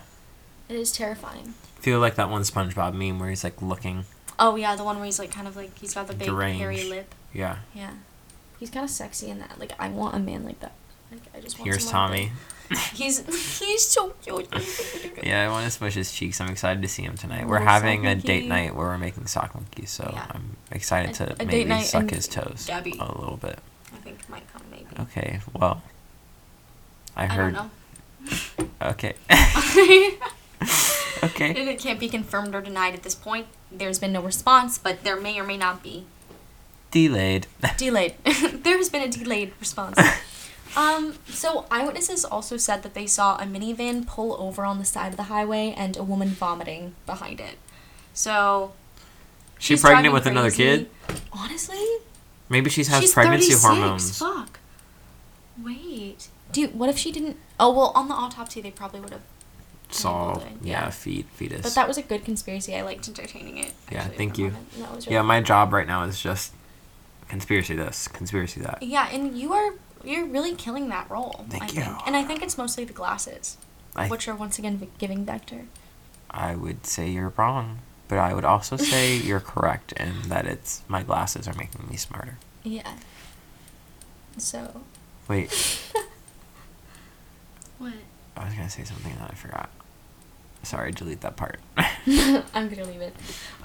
[SPEAKER 2] it is terrifying.
[SPEAKER 1] Feel like that one SpongeBob meme where he's like looking.
[SPEAKER 2] Oh yeah, the one where he's like kind of like he's got the big hairy
[SPEAKER 1] Deranged.
[SPEAKER 2] lip.
[SPEAKER 1] Yeah.
[SPEAKER 2] Yeah, he's kind of sexy in that. Like I want a man like that. Like I just want.
[SPEAKER 1] Here's
[SPEAKER 2] someone like
[SPEAKER 1] Tommy.
[SPEAKER 2] that. He's he's so cute.
[SPEAKER 1] Yeah, I want to smush his cheeks. I'm excited to see him tonight. We're
[SPEAKER 2] Little sock
[SPEAKER 1] having a date
[SPEAKER 2] monkey.
[SPEAKER 1] night where we're making sock monkeys, so
[SPEAKER 2] Yeah.
[SPEAKER 1] I'm excited
[SPEAKER 2] A-
[SPEAKER 1] to
[SPEAKER 2] a date
[SPEAKER 1] maybe
[SPEAKER 2] night
[SPEAKER 1] suck
[SPEAKER 2] and
[SPEAKER 1] his toes
[SPEAKER 2] Gabby.
[SPEAKER 1] a little bit.
[SPEAKER 2] I think might come maybe.
[SPEAKER 1] Okay, well, I
[SPEAKER 2] I
[SPEAKER 1] heard.
[SPEAKER 2] don't know.
[SPEAKER 1] Okay, okay.
[SPEAKER 2] it can't be confirmed or denied at this point. There's been no response, but there may or may not be.
[SPEAKER 1] Delayed.
[SPEAKER 2] delayed. there has been a delayed response. um, so eyewitnesses also said that they saw a minivan pull over on the side of the highway and a woman vomiting behind it. So
[SPEAKER 1] She
[SPEAKER 2] she's
[SPEAKER 1] pregnant
[SPEAKER 2] driving
[SPEAKER 1] with another
[SPEAKER 2] crazy.
[SPEAKER 1] kid?
[SPEAKER 2] Honestly,
[SPEAKER 1] Maybe she's has pregnancy
[SPEAKER 2] 36,
[SPEAKER 1] hormones.
[SPEAKER 2] Fuck. Wait. Dude, what if she didn't? Oh well, on the autopsy they probably would have.
[SPEAKER 1] So
[SPEAKER 2] Probably,
[SPEAKER 1] yeah,
[SPEAKER 2] yeah.
[SPEAKER 1] feet, fetus.
[SPEAKER 2] But that was a good conspiracy. I liked entertaining it.
[SPEAKER 1] Yeah,
[SPEAKER 2] actually,
[SPEAKER 1] thank
[SPEAKER 2] for a
[SPEAKER 1] you.
[SPEAKER 2] moment. That was really
[SPEAKER 1] yeah, my job right now is just conspiracy this, conspiracy that.
[SPEAKER 2] Yeah, and you are you're really killing that role.
[SPEAKER 1] Thank
[SPEAKER 2] I
[SPEAKER 1] you.
[SPEAKER 2] Think. And I think it's mostly the glasses,
[SPEAKER 1] I
[SPEAKER 2] which are once again v- giving vector.
[SPEAKER 1] I would say you're wrong, but I would also say you're correct in that it's my glasses are making me smarter.
[SPEAKER 2] Yeah. So.
[SPEAKER 1] Wait,
[SPEAKER 2] What?
[SPEAKER 1] I was gonna say something and I forgot. Sorry, delete that part.
[SPEAKER 2] I'm gonna leave it.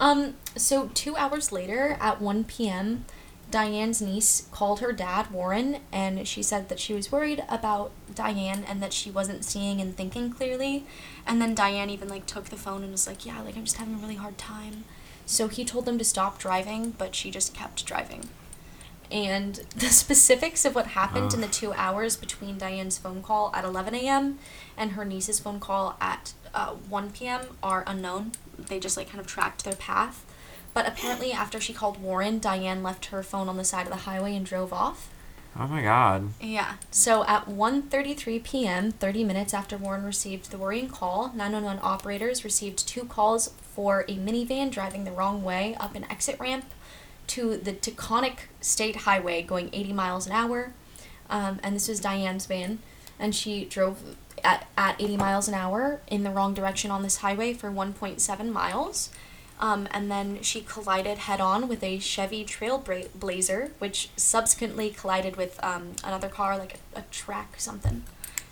[SPEAKER 2] Um. So two hours later, at one p.m., Diane's niece called her dad, Warren, and she said that she was worried about Diane and that she wasn't seeing and thinking clearly. And then Diane even like took the phone and was like, "Yeah, like I'm just having a really hard time." So he told them to stop driving, but she just kept driving. And the specifics of what happened in the two hours between Diane's phone call at 11 a.m. and her niece's phone call at uh, 1 p.m. are unknown. They just like kind of tracked their path. But apparently, after she called Warren, Diane left her phone on the side of the highway and drove off.
[SPEAKER 1] oh my god.
[SPEAKER 2] Yeah. So at 1:33 p.m., 30 minutes after Warren received the worrying call, 911 operators received two calls for a minivan driving the wrong way up an exit ramp to the Taconic State Highway going 80 miles an hour. Um, and this was Diane's van, and she drove at, at 80 miles an hour in the wrong direction on this highway for 1.7 miles. Um, and then she collided head on with a Chevy Trailblazer, which subsequently collided with um, another car, like a, a track something,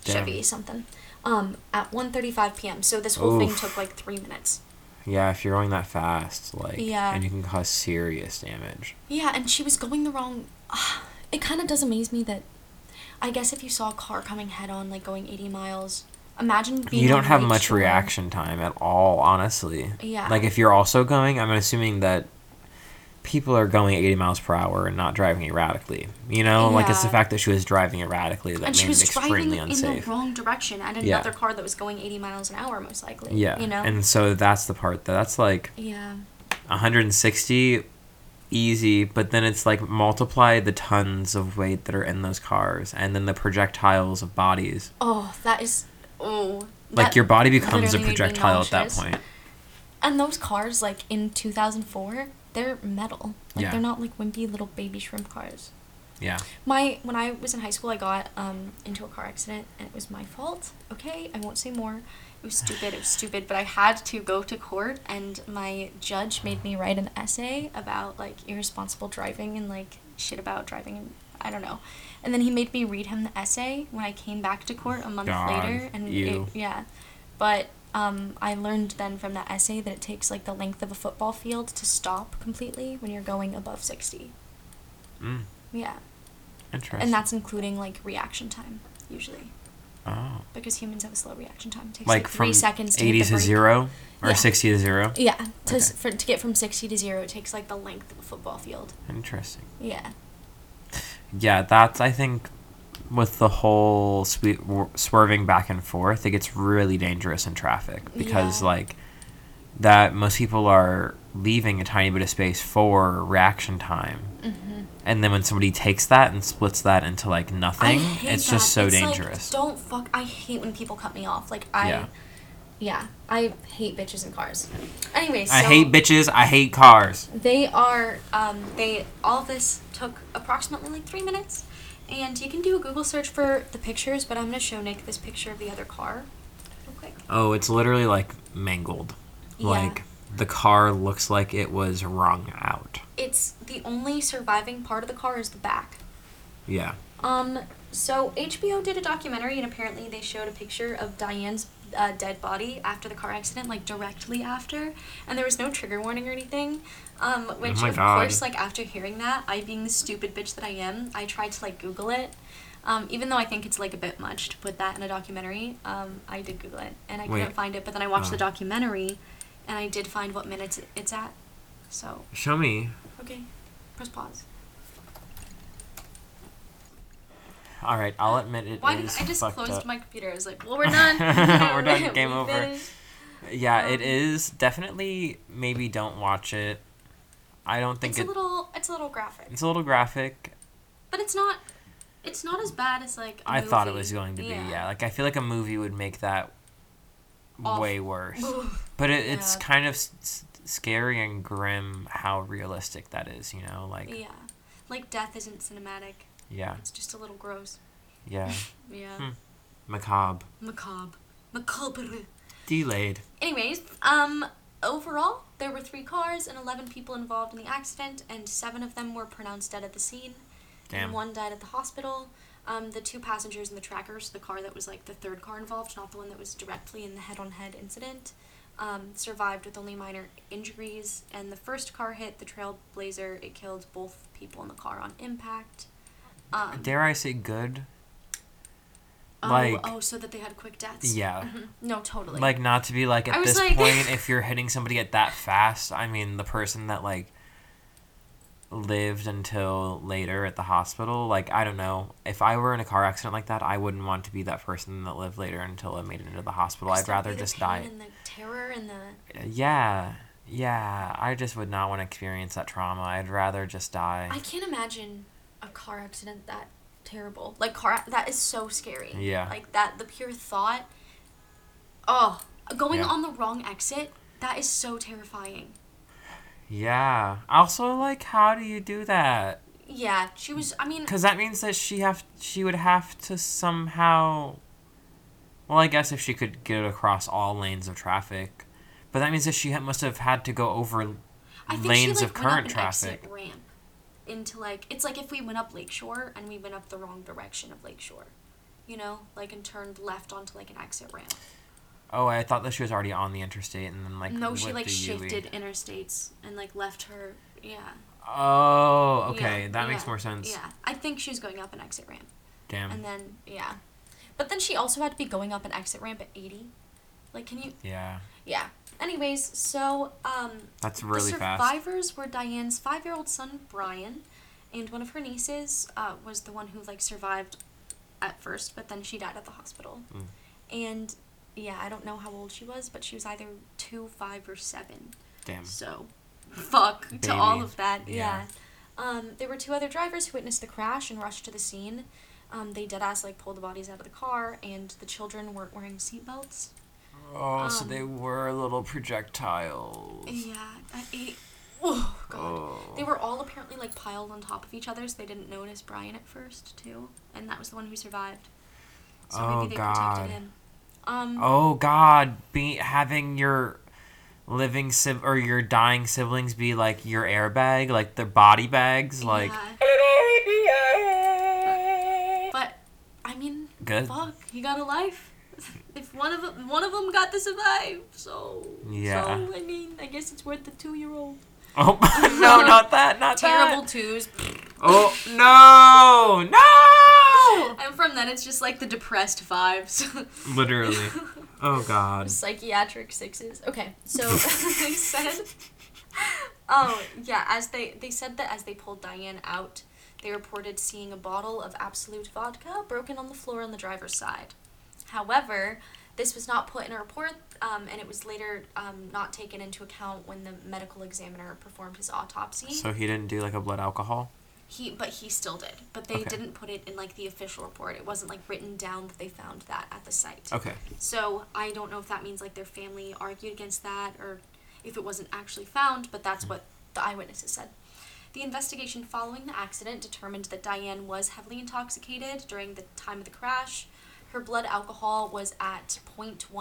[SPEAKER 1] Damn.
[SPEAKER 2] Chevy something, um, at 1.35 p.m. So this whole thing
[SPEAKER 1] Oof.
[SPEAKER 2] took like three minutes.
[SPEAKER 1] Yeah, if you're going that fast, like,
[SPEAKER 2] Yeah.
[SPEAKER 1] and you can cause serious damage.
[SPEAKER 2] Yeah, and she was going the wrong. It kind of does amaze me that. I guess if you saw a car coming head on, like going 80 miles, imagine being.
[SPEAKER 1] you
[SPEAKER 2] on
[SPEAKER 1] don't have
[SPEAKER 2] right
[SPEAKER 1] much
[SPEAKER 2] shore.
[SPEAKER 1] reaction time at all, honestly.
[SPEAKER 2] Yeah.
[SPEAKER 1] Like if you're also going, I'm assuming that people are going 80 miles per hour and not driving erratically. You know, like it's the
[SPEAKER 2] Yeah.
[SPEAKER 1] fact that she was driving erratically that
[SPEAKER 2] And
[SPEAKER 1] made
[SPEAKER 2] she was
[SPEAKER 1] it
[SPEAKER 2] driving
[SPEAKER 1] extremely
[SPEAKER 2] in
[SPEAKER 1] unsafe.
[SPEAKER 2] the wrong direction at another
[SPEAKER 1] Yeah.
[SPEAKER 2] car that was going 80 miles an hour, most likely.
[SPEAKER 1] yeah.
[SPEAKER 2] You know?
[SPEAKER 1] And so that's the part that that's like
[SPEAKER 2] yeah.
[SPEAKER 1] 160 easy, but then it's like multiply the tons of weight that are in those cars and then the projectiles of bodies.
[SPEAKER 2] Oh, that is. Oh.
[SPEAKER 1] Like
[SPEAKER 2] that
[SPEAKER 1] your body becomes
[SPEAKER 2] literally
[SPEAKER 1] a
[SPEAKER 2] made me
[SPEAKER 1] projectile at that
[SPEAKER 2] nauseous.
[SPEAKER 1] point.
[SPEAKER 2] And those cars, like in 2004, they're metal. Like
[SPEAKER 1] Yeah.
[SPEAKER 2] they're not like wimpy little baby shrimp cars.
[SPEAKER 1] Yeah.
[SPEAKER 2] My when I was in high school, I got um, into a car accident, and it was my fault. Okay, I won't say more. It was stupid. It was stupid, but I had to go to court, and my judge made me write an essay about like irresponsible driving and like shit about driving. And I don't know. And then he made me read him the essay when I came back to court a month
[SPEAKER 1] God,
[SPEAKER 2] later, and
[SPEAKER 1] ew.
[SPEAKER 2] it, yeah, but. Um, I learned then from that essay that it takes like the length of a football field to stop completely when you're going above 60.
[SPEAKER 1] Mm,
[SPEAKER 2] Yeah.
[SPEAKER 1] interesting.
[SPEAKER 2] And that's including like reaction time usually,
[SPEAKER 1] Oh.
[SPEAKER 2] because humans have a slow reaction time. It takes
[SPEAKER 1] Like,
[SPEAKER 2] like,
[SPEAKER 1] from
[SPEAKER 2] three seconds to hit
[SPEAKER 1] 80
[SPEAKER 2] the
[SPEAKER 1] to
[SPEAKER 2] brake.
[SPEAKER 1] 0 or
[SPEAKER 2] Yeah.
[SPEAKER 1] 60 to 0?
[SPEAKER 2] Yeah, to s
[SPEAKER 1] Okay.
[SPEAKER 2] for, to get from sixty to zero, it takes like the length of a football field.
[SPEAKER 1] Interesting.
[SPEAKER 2] Yeah,
[SPEAKER 1] Yeah, that's, I think, with the whole swe- w- swerving back and forth, it gets really dangerous in traffic because,
[SPEAKER 2] Yeah.
[SPEAKER 1] like, that most people are leaving a tiny bit of space for reaction time.
[SPEAKER 2] Mm-hmm.
[SPEAKER 1] And then when somebody takes that and splits that into, like,
[SPEAKER 2] I
[SPEAKER 1] nothing,
[SPEAKER 2] hate
[SPEAKER 1] it's
[SPEAKER 2] that.
[SPEAKER 1] just so
[SPEAKER 2] It's, like,
[SPEAKER 1] dangerous.
[SPEAKER 2] don't fuck. I hate when people cut me off. Like I,
[SPEAKER 1] Yeah.
[SPEAKER 2] yeah, I hate bitches in cars. Anyway, so
[SPEAKER 1] I hate bitches. I hate cars.
[SPEAKER 2] they are um, they all this took approximately like three minutes and you can do a google search for the pictures but i'm going to show nick this picture of the other car real quick
[SPEAKER 1] Oh, it's literally like mangled.
[SPEAKER 2] Yeah.
[SPEAKER 1] Like the car looks like it was wrung out.
[SPEAKER 2] it's the only surviving part of the car is the back.
[SPEAKER 1] Yeah.
[SPEAKER 2] Um, so HBO did a documentary, and apparently they showed a picture of Diane's uh, dead body after the car accident, like directly after, and there was no trigger warning or anything. Um, which
[SPEAKER 1] Oh my
[SPEAKER 2] of
[SPEAKER 1] God.
[SPEAKER 2] course, like after hearing that, I being the stupid bitch that I am, I tried to like Google it. Um, even though I think it's like a bit much to put that in a documentary, um, I did Google it and I couldn't
[SPEAKER 1] Wait.
[SPEAKER 2] find it. But then I watched
[SPEAKER 1] Oh.
[SPEAKER 2] the documentary, and I did find what minutes it's at. So
[SPEAKER 1] Show me.
[SPEAKER 2] okay, press pause.
[SPEAKER 1] All right, I'll admit it
[SPEAKER 2] Why did
[SPEAKER 1] is
[SPEAKER 2] I just
[SPEAKER 1] fucked
[SPEAKER 2] closed
[SPEAKER 1] up.
[SPEAKER 2] my computer? I was like, well, we're done.
[SPEAKER 1] We're done.
[SPEAKER 2] We
[SPEAKER 1] Game over.
[SPEAKER 2] finished.
[SPEAKER 1] Yeah, it
[SPEAKER 2] um,
[SPEAKER 1] is definitely maybe don't watch it. I don't think
[SPEAKER 2] It's a
[SPEAKER 1] it
[SPEAKER 2] little. It's a little graphic.
[SPEAKER 1] It's a little graphic.
[SPEAKER 2] But it's not. It's not as bad as like. I
[SPEAKER 1] I thought it was going to be yeah. Like I feel like a movie would make that
[SPEAKER 2] Awful.
[SPEAKER 1] way worse.
[SPEAKER 2] Oof.
[SPEAKER 1] But it, it's
[SPEAKER 2] Yeah.
[SPEAKER 1] kind of s- s- scary and grim how realistic that is. You know, like yeah,
[SPEAKER 2] yeah. Like death isn't cinematic.
[SPEAKER 1] yeah,
[SPEAKER 2] It's just a little gross. Yeah.
[SPEAKER 1] Hmm. macabre,
[SPEAKER 2] Macabre. Macabre.
[SPEAKER 1] delayed.
[SPEAKER 2] Anyways, um, overall, there were three cars and 11 people involved in the accident, and seven of them were pronounced dead at the scene.
[SPEAKER 1] Damn.
[SPEAKER 2] And one died at the hospital. Um, the two passengers in the trackers, the car that was like the third car involved, not the one that was directly in the head on head incident, um, survived with only minor injuries. And the first car hit the Trailblazer. It killed both people in the car on impact. Um,
[SPEAKER 1] Dare I say good?
[SPEAKER 2] oh,
[SPEAKER 1] like-
[SPEAKER 2] oh, so that they had quick deaths.
[SPEAKER 1] Yeah.
[SPEAKER 2] No, totally.
[SPEAKER 1] Like not to be like
[SPEAKER 2] I
[SPEAKER 1] at
[SPEAKER 2] was
[SPEAKER 1] this
[SPEAKER 2] like-
[SPEAKER 1] point, if you're hitting somebody at that fast, I mean the person that like lived until later at the hospital, like I don't know. If I were in a car accident like that, I wouldn't want to be that person that lived later until I made it into the hospital.
[SPEAKER 2] Just
[SPEAKER 1] I'd
[SPEAKER 2] the-
[SPEAKER 1] rather
[SPEAKER 2] the
[SPEAKER 1] just
[SPEAKER 2] pain
[SPEAKER 1] die.
[SPEAKER 2] And the terror and the
[SPEAKER 1] Yeah. Yeah. I just would not want to experience that trauma. I'd rather just die.
[SPEAKER 2] I can't imagine a car accident that terrible. Like car that is so scary.
[SPEAKER 1] Yeah.
[SPEAKER 2] Like that the pure thought Oh, going
[SPEAKER 1] Yeah.
[SPEAKER 2] on the wrong exit, that is so terrifying.
[SPEAKER 1] yeah. Also like how do you do that?
[SPEAKER 2] Yeah, she was I mean
[SPEAKER 1] Because that means that she have she would have to somehow. Well, I guess if she could get across all lanes of traffic, but that means that she ha- must have had to go over.
[SPEAKER 2] I think
[SPEAKER 1] lanes
[SPEAKER 2] she like
[SPEAKER 1] of
[SPEAKER 2] went up
[SPEAKER 1] current
[SPEAKER 2] an
[SPEAKER 1] traffic.
[SPEAKER 2] exit ramp into like it's like if we went up Lakeshore and we went up the wrong direction of Lakeshore. You know, like and turned left onto like an exit ramp.
[SPEAKER 1] Oh, I thought that she was already on the interstate and then like.
[SPEAKER 2] no, she
[SPEAKER 1] whipped
[SPEAKER 2] like
[SPEAKER 1] a Yui.
[SPEAKER 2] shifted interstates and like left her yeah.
[SPEAKER 1] Oh, okay,
[SPEAKER 2] Yeah,
[SPEAKER 1] that makes
[SPEAKER 2] yeah,
[SPEAKER 1] more sense.
[SPEAKER 2] Yeah, I think she was going up an exit ramp,
[SPEAKER 1] Damn.
[SPEAKER 2] and then yeah, but then she also had to be going up an exit ramp at eighty. Like, can you?
[SPEAKER 1] yeah,
[SPEAKER 2] Yeah. Anyways, so um,
[SPEAKER 1] that's really
[SPEAKER 2] the
[SPEAKER 1] fast.
[SPEAKER 2] survivors were Diane's five-year-old son Brian, and one of her nieces uh, was the one who like survived at first, but then she died at the hospital.
[SPEAKER 1] Mm.
[SPEAKER 2] And yeah, I don't know how old she was, but she was either two, five, or seven.
[SPEAKER 1] Damn.
[SPEAKER 2] So, fuck to all
[SPEAKER 1] Baby.
[SPEAKER 2] of that.
[SPEAKER 1] Yeah.
[SPEAKER 2] Yeah. Um, there were two other drivers who witnessed the crash and rushed to the scene. Um, they dead ass like pulled the bodies out of the car, and the children weren't wearing seatbelts.
[SPEAKER 1] Oh, so
[SPEAKER 2] um,
[SPEAKER 1] they were little projectiles.
[SPEAKER 2] Yeah, I ate. Oh god.
[SPEAKER 1] Oh.
[SPEAKER 2] They were all apparently like piled on top of each other, so they didn't notice Brian at first too, and that was the one who survived. So
[SPEAKER 1] Oh,
[SPEAKER 2] maybe they
[SPEAKER 1] God.
[SPEAKER 2] protected him. Um,
[SPEAKER 1] Oh God, be having your living sib- or your dying siblings be like your airbag, like their body bags, like
[SPEAKER 2] yeah. But I mean,
[SPEAKER 1] Good.
[SPEAKER 2] Fuck, he got a life. if one of them, one of them got to survive, so
[SPEAKER 1] Yeah.
[SPEAKER 2] So I mean, I guess it's worth the two-year-old.
[SPEAKER 1] oh no, not that, not
[SPEAKER 2] Terrible
[SPEAKER 1] that.
[SPEAKER 2] twos.
[SPEAKER 1] Oh no, no!
[SPEAKER 2] and from then, it's just like the depressed fives,
[SPEAKER 1] Literally. Oh God.
[SPEAKER 2] psychiatric sixes. Okay, so they said. Oh yeah, as they they said that as they pulled Diane out, they reported seeing a bottle of absolute vodka broken on the floor on the driver's side. However, this was not put in a report, um, and it was later um, not taken into account when the medical examiner performed his autopsy.
[SPEAKER 1] So he didn't do like a blood alcohol.
[SPEAKER 2] He, but he still did. But they
[SPEAKER 1] Okay.
[SPEAKER 2] didn't put it in like the official report. It wasn't like written down that they found that at the site.
[SPEAKER 1] Okay.
[SPEAKER 2] So I don't know if that means like their family argued against that or if it wasn't actually found, but that's what the eyewitnesses said. The investigation following the accident determined that Diane was heavily intoxicated during the time of the crash. Her blood alcohol was at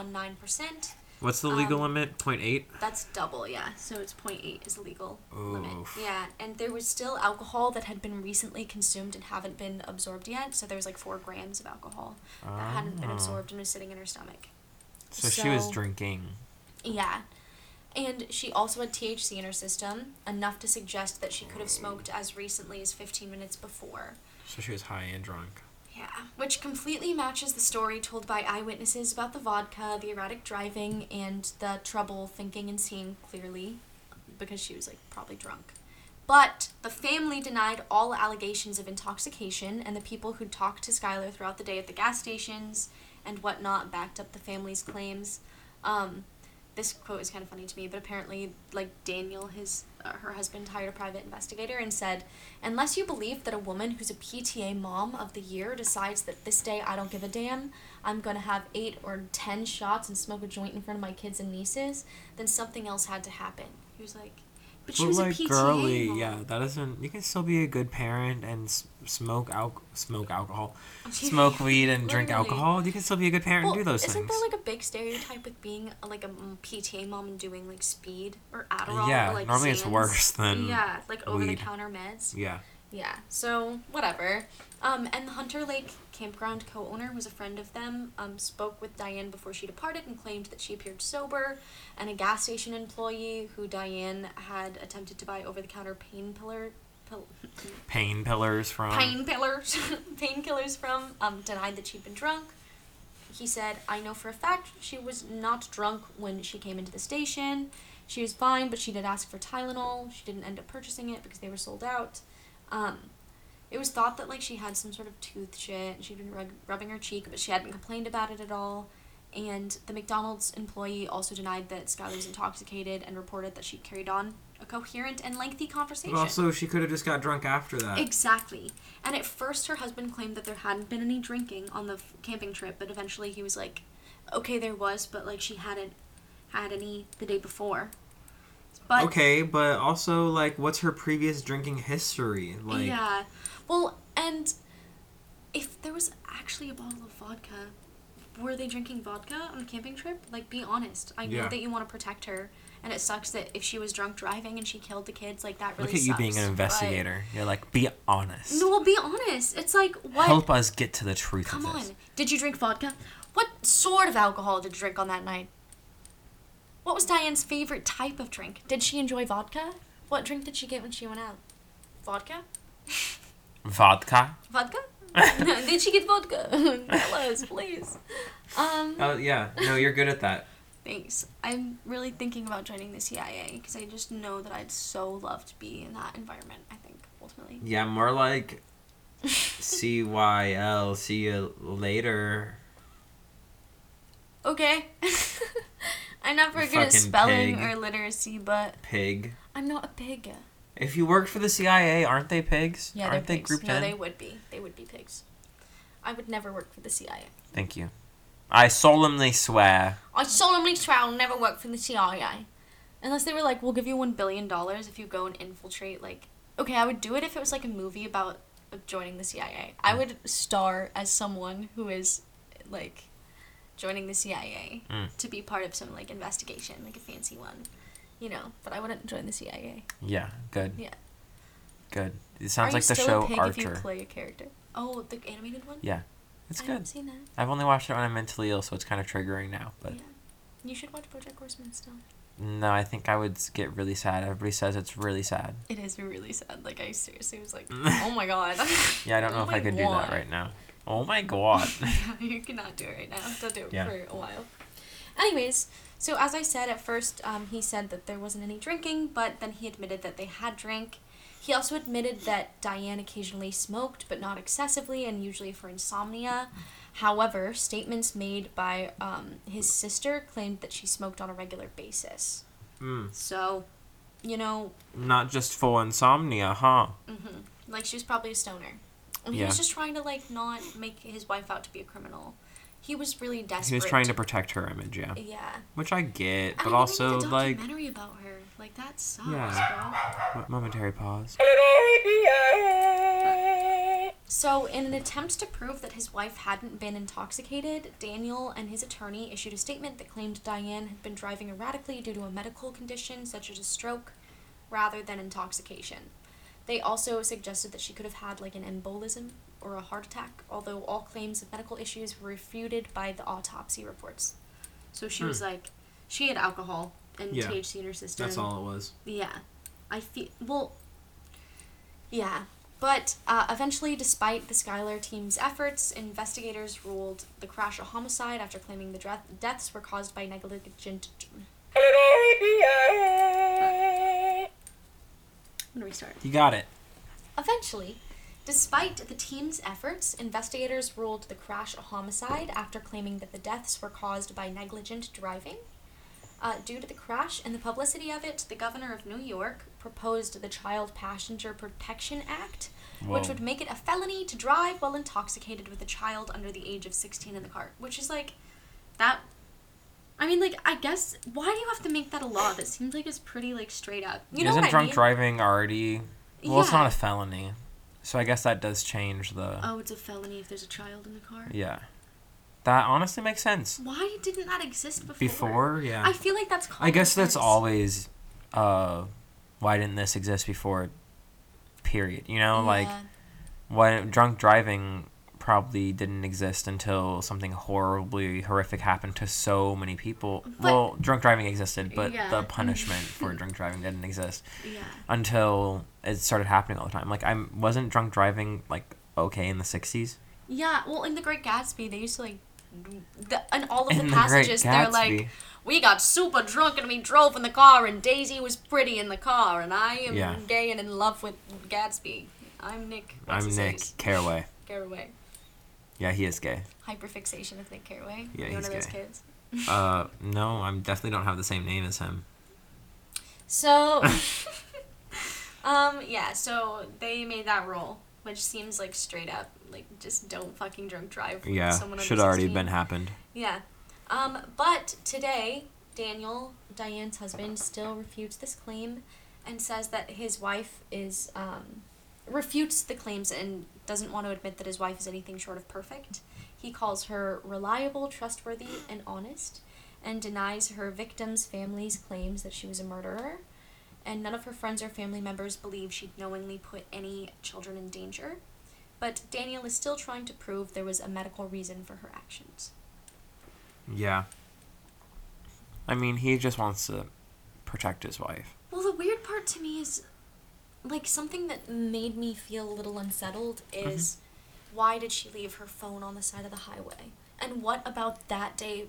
[SPEAKER 2] 0.19%.
[SPEAKER 1] What's the legal
[SPEAKER 2] Um,
[SPEAKER 1] limit? Point eight.
[SPEAKER 2] That's double, yeah. So it's 0.8 is the legal limit.
[SPEAKER 1] Oof.
[SPEAKER 2] Yeah, and there was still alcohol that had been recently consumed and haven't been absorbed yet. So there was like four grams of alcohol that hadn't been
[SPEAKER 1] Oh.
[SPEAKER 2] absorbed and was sitting in her stomach.
[SPEAKER 1] So, she was
[SPEAKER 2] So-
[SPEAKER 1] drinking.
[SPEAKER 2] Yeah. And she also had THC in her system, enough to suggest that she could have smoked as recently as 15 minutes before.
[SPEAKER 1] So she was high and drunk.
[SPEAKER 2] Yeah. Which completely matches the story told by eyewitnesses about the vodka, the erratic driving, and the trouble thinking and seeing clearly because she was like probably drunk. But the family denied all allegations of intoxication, and the people who talked to Skylar throughout the day at the gas stations and whatnot backed up the family's claims. Um, this quote is kind of funny to me, but apparently, like Daniel, his uh, her husband hired a private investigator and said, unless you believe that a woman who's a PTA mom of the year decides that this day I don't give a damn, I'm gonna have eight or ten shots and smoke a joint in front of my kids and nieces, then something else had to happen. He was like, but she
[SPEAKER 1] But
[SPEAKER 2] was
[SPEAKER 1] like
[SPEAKER 2] a PTA
[SPEAKER 1] girly,
[SPEAKER 2] mom.
[SPEAKER 1] yeah, that doesn't. You can still be a good parent and s- smoke al- smoke alcohol, smoke weed and drink
[SPEAKER 2] Literally.
[SPEAKER 1] alcohol. You can still be a good parent
[SPEAKER 2] Well,
[SPEAKER 1] and do those
[SPEAKER 2] isn't
[SPEAKER 1] things.
[SPEAKER 2] there like a big stereotype with being uh, like a m- PTA mom and doing like speed or Adderall?
[SPEAKER 1] Yeah,
[SPEAKER 2] or, like,
[SPEAKER 1] normally it's
[SPEAKER 2] Xans?
[SPEAKER 1] worse than
[SPEAKER 2] yeah, like over the
[SPEAKER 1] weed.
[SPEAKER 2] counter meds.
[SPEAKER 1] yeah,
[SPEAKER 2] Yeah, so whatever. Um, and the Hunter Lake campground co-owner was a friend of them. Um, spoke with Diane before she departed and claimed that she appeared sober. And a gas station employee who Diane had attempted to buy over-the-counter pain pillar. Pill-
[SPEAKER 1] pain pillars from
[SPEAKER 2] painkillers painkillers from um, denied that she'd been drunk he said i know for a fact she was not drunk when she came into the station she was fine but she did ask for tylenol she didn't end up purchasing it because they were sold out um, it was thought that like she had some sort of tooth shit and she'd been rug- rubbing her cheek but she hadn't complained about it at all and the mcdonald's employee also denied that skylar was intoxicated and reported that she carried on a coherent and lengthy
[SPEAKER 1] But
[SPEAKER 2] conversation
[SPEAKER 1] also, she could have just got drunk after that.
[SPEAKER 2] Exactly. And at first, her husband claimed that there hadn't been any drinking on the f- camping trip, but eventually he was like, okay, there was, but like she hadn't had any the day before. But,
[SPEAKER 1] okay, but also like, what's her previous drinking history? Like,
[SPEAKER 2] yeah. Well, and if there was actually a bottle of vodka, were they drinking vodka on a camping trip? Like, be honest. I know
[SPEAKER 1] Yeah.
[SPEAKER 2] that you want to protect her, and it sucks that if she was drunk driving and she killed the kids, like, that really
[SPEAKER 1] look at you being
[SPEAKER 2] sucks,
[SPEAKER 1] an
[SPEAKER 2] but-
[SPEAKER 1] investigator. You're like, be honest.
[SPEAKER 2] No, well, be honest. It's like, what?
[SPEAKER 1] Help us get to the truth
[SPEAKER 2] Come
[SPEAKER 1] of
[SPEAKER 2] on.
[SPEAKER 1] this.
[SPEAKER 2] Did you drink vodka? What sort of alcohol did you drink on that night? What was Diane's favorite type of drink? Did she enjoy vodka? What drink did she get when she went out? Vodka?
[SPEAKER 1] Vodka.
[SPEAKER 2] Vodka? did she get vodka? Tell us, please. Um,
[SPEAKER 1] Oh yeah, no, you're good at that.
[SPEAKER 2] thanks. I'm really thinking about joining the CIA because I just know that I'd so love to be in that environment, I think, ultimately.
[SPEAKER 1] Yeah, more like C Y L. See you later.
[SPEAKER 2] Okay. I'm not very good at
[SPEAKER 1] Fucking
[SPEAKER 2] spelling
[SPEAKER 1] pig.
[SPEAKER 2] or literacy, but
[SPEAKER 1] Pig.
[SPEAKER 2] I'm not a pig.
[SPEAKER 1] If you work for the CIA, aren't they pigs?
[SPEAKER 2] Yeah,
[SPEAKER 1] aren't
[SPEAKER 2] they're
[SPEAKER 1] they
[SPEAKER 2] pigs.
[SPEAKER 1] grouped
[SPEAKER 2] no,
[SPEAKER 1] in?
[SPEAKER 2] they would be. They would be pigs. I would never work for the CIA.
[SPEAKER 1] Thank you. I solemnly swear.
[SPEAKER 2] I solemnly swear I'll never work for the CIA. Unless they were like, we'll give you one billion dollars if you go and infiltrate. Like, okay, I would do it if it was like a movie about joining the CIA. I would star as someone who is like joining the CIA
[SPEAKER 1] Mm.
[SPEAKER 2] to be part of some like investigation, like a fancy one, you know. But I wouldn't join the CIA.
[SPEAKER 1] Yeah, good.
[SPEAKER 2] Yeah.
[SPEAKER 1] Good. It sounds
[SPEAKER 2] Are
[SPEAKER 1] like
[SPEAKER 2] you
[SPEAKER 1] the
[SPEAKER 2] still
[SPEAKER 1] show
[SPEAKER 2] a pig if you
[SPEAKER 1] Archer.
[SPEAKER 2] play a character? Oh, the animated one.
[SPEAKER 1] Yeah. It's
[SPEAKER 2] I
[SPEAKER 1] good.
[SPEAKER 2] haven't seen that.
[SPEAKER 1] I've only watched it when I'm mentally ill, so it's kind of triggering now. But
[SPEAKER 2] yeah. You should watch Bojack Horseman still.
[SPEAKER 1] no, I think I would s- get really sad. Everybody says it's really sad.
[SPEAKER 2] It is really sad. Like I seriously was like, oh my god.
[SPEAKER 1] Yeah, I don't
[SPEAKER 2] Oh
[SPEAKER 1] know if I
[SPEAKER 2] my
[SPEAKER 1] could do
[SPEAKER 2] God.
[SPEAKER 1] that right now. Oh my god.
[SPEAKER 2] you cannot do it right now. Don't do it
[SPEAKER 1] Yeah.
[SPEAKER 2] for a while. Anyways, so as I said at first, um, he said that there wasn't any drinking, but then he admitted that they had drank. He also admitted that Diane occasionally smoked, but not excessively, and usually for insomnia. However, statements made by um, his sister claimed that she smoked on a regular basis.
[SPEAKER 1] Mm.
[SPEAKER 2] So, you know,
[SPEAKER 1] Not just full insomnia, huh?
[SPEAKER 2] Mm-hmm. Like she was probably a stoner. And he
[SPEAKER 1] Yeah.
[SPEAKER 2] was just trying to like not make his wife out to be a criminal. He was really desperate.
[SPEAKER 1] He was trying to protect her image, yeah.
[SPEAKER 2] Yeah.
[SPEAKER 1] Which I get,
[SPEAKER 2] And
[SPEAKER 1] but
[SPEAKER 2] they
[SPEAKER 1] also
[SPEAKER 2] made a
[SPEAKER 1] like
[SPEAKER 2] documentary about her. Like that sucks,
[SPEAKER 1] Yeah.
[SPEAKER 2] bro.
[SPEAKER 1] mo- momentary pause.
[SPEAKER 2] So, in an attempt to prove that his wife hadn't been intoxicated, Daniel and his attorney issued a statement that claimed Diane had been driving erratically due to a medical condition such as a stroke rather than intoxication. They also suggested that she could have had like an embolism or a heart attack, although all claims of medical issues were refuted by the autopsy reports. So she was like, she had alcohol and
[SPEAKER 1] Yeah.
[SPEAKER 2] THC in her system.
[SPEAKER 1] it was.
[SPEAKER 2] Yeah. I feel well Yeah. But uh, eventually, despite the Skylar team's efforts, investigators ruled the crash a homicide after claiming the dre- deaths were caused by negligent. I'm gonna restart.
[SPEAKER 1] You got it.
[SPEAKER 2] Eventually, despite the team's efforts, investigators ruled the crash a homicide after claiming that the deaths were caused by negligent driving. Uh, due to the crash and the publicity of it, the governor of New York proposed the Child Passenger Protection Act, which
[SPEAKER 1] Whoa.
[SPEAKER 2] would make it a felony to drive while intoxicated with a child under the age of 16 in the car, which is like that. I mean, like, I guess, why do you have to make that a law? That seems like it's pretty, like, straight up. You know
[SPEAKER 1] Isn't
[SPEAKER 2] what
[SPEAKER 1] drunk
[SPEAKER 2] I mean?
[SPEAKER 1] driving already? Well, it's
[SPEAKER 2] Yeah.
[SPEAKER 1] not a felony, so I guess that does change the.
[SPEAKER 2] Oh, it's a felony if there's a child in the car.
[SPEAKER 1] Yeah, that honestly makes sense.
[SPEAKER 2] Why didn't that exist before?
[SPEAKER 1] Before, yeah.
[SPEAKER 2] I feel like that's.
[SPEAKER 1] I guess that's
[SPEAKER 2] common
[SPEAKER 1] always uh why didn't this exist before period. You know,
[SPEAKER 2] sense.
[SPEAKER 1] like
[SPEAKER 2] Yeah.
[SPEAKER 1] why drunk driving probably didn't exist until something horribly horrific happened to so many people.
[SPEAKER 2] But-
[SPEAKER 1] well, drunk driving existed, but
[SPEAKER 2] Yeah.
[SPEAKER 1] the punishment for drunk driving didn't exist
[SPEAKER 2] Yeah.
[SPEAKER 1] until it started happening all the time. Like I wasn't drunk driving like okay in the 60s.
[SPEAKER 2] Yeah. Well, in The Great Gatsby, they used to like, the, in all of the
[SPEAKER 1] In The Great
[SPEAKER 2] passages, they're
[SPEAKER 1] Gatsby.
[SPEAKER 2] like, we got super drunk and we drove in the car, and Daisy was pretty in the car, and I am
[SPEAKER 1] Yeah.
[SPEAKER 2] gay and in love with Gatsby. I'm Nick. What's
[SPEAKER 1] I'm
[SPEAKER 2] his
[SPEAKER 1] Nick
[SPEAKER 2] face?
[SPEAKER 1] Caraway.
[SPEAKER 2] Caraway.
[SPEAKER 1] Yeah, he is gay.
[SPEAKER 2] Hyperfixation of Nick Caraway.
[SPEAKER 1] Yeah,
[SPEAKER 2] You're one
[SPEAKER 1] he's
[SPEAKER 2] of those
[SPEAKER 1] gay.
[SPEAKER 2] kids.
[SPEAKER 1] Uh no, I'm definitely don't have the same name as him.
[SPEAKER 2] So, um, yeah, so they made that rule, which seems like straight up, like just don't fucking drunk drive. with
[SPEAKER 1] Yeah,
[SPEAKER 2] someone under
[SPEAKER 1] should already
[SPEAKER 2] 16.
[SPEAKER 1] been happened.
[SPEAKER 2] Yeah, um, but today Daniel, Diane's husband, still refutes this claim, and says that his wife is um, refutes the claims and doesn't want to admit that his wife is anything short of perfect. He calls her reliable, trustworthy, and honest, and denies her victims' families' claims that she was a murderer. And none of her friends or family members believe she'd knowingly put any children in danger. But Daniel is still trying to prove there was a medical reason for her actions.
[SPEAKER 1] Yeah. I mean, he just wants to protect his wife.
[SPEAKER 2] Well, the weird part to me is like something that made me feel a little unsettled
[SPEAKER 1] Mm-hmm.
[SPEAKER 2] is why did she leave her phone on the side of the highway? And what about that day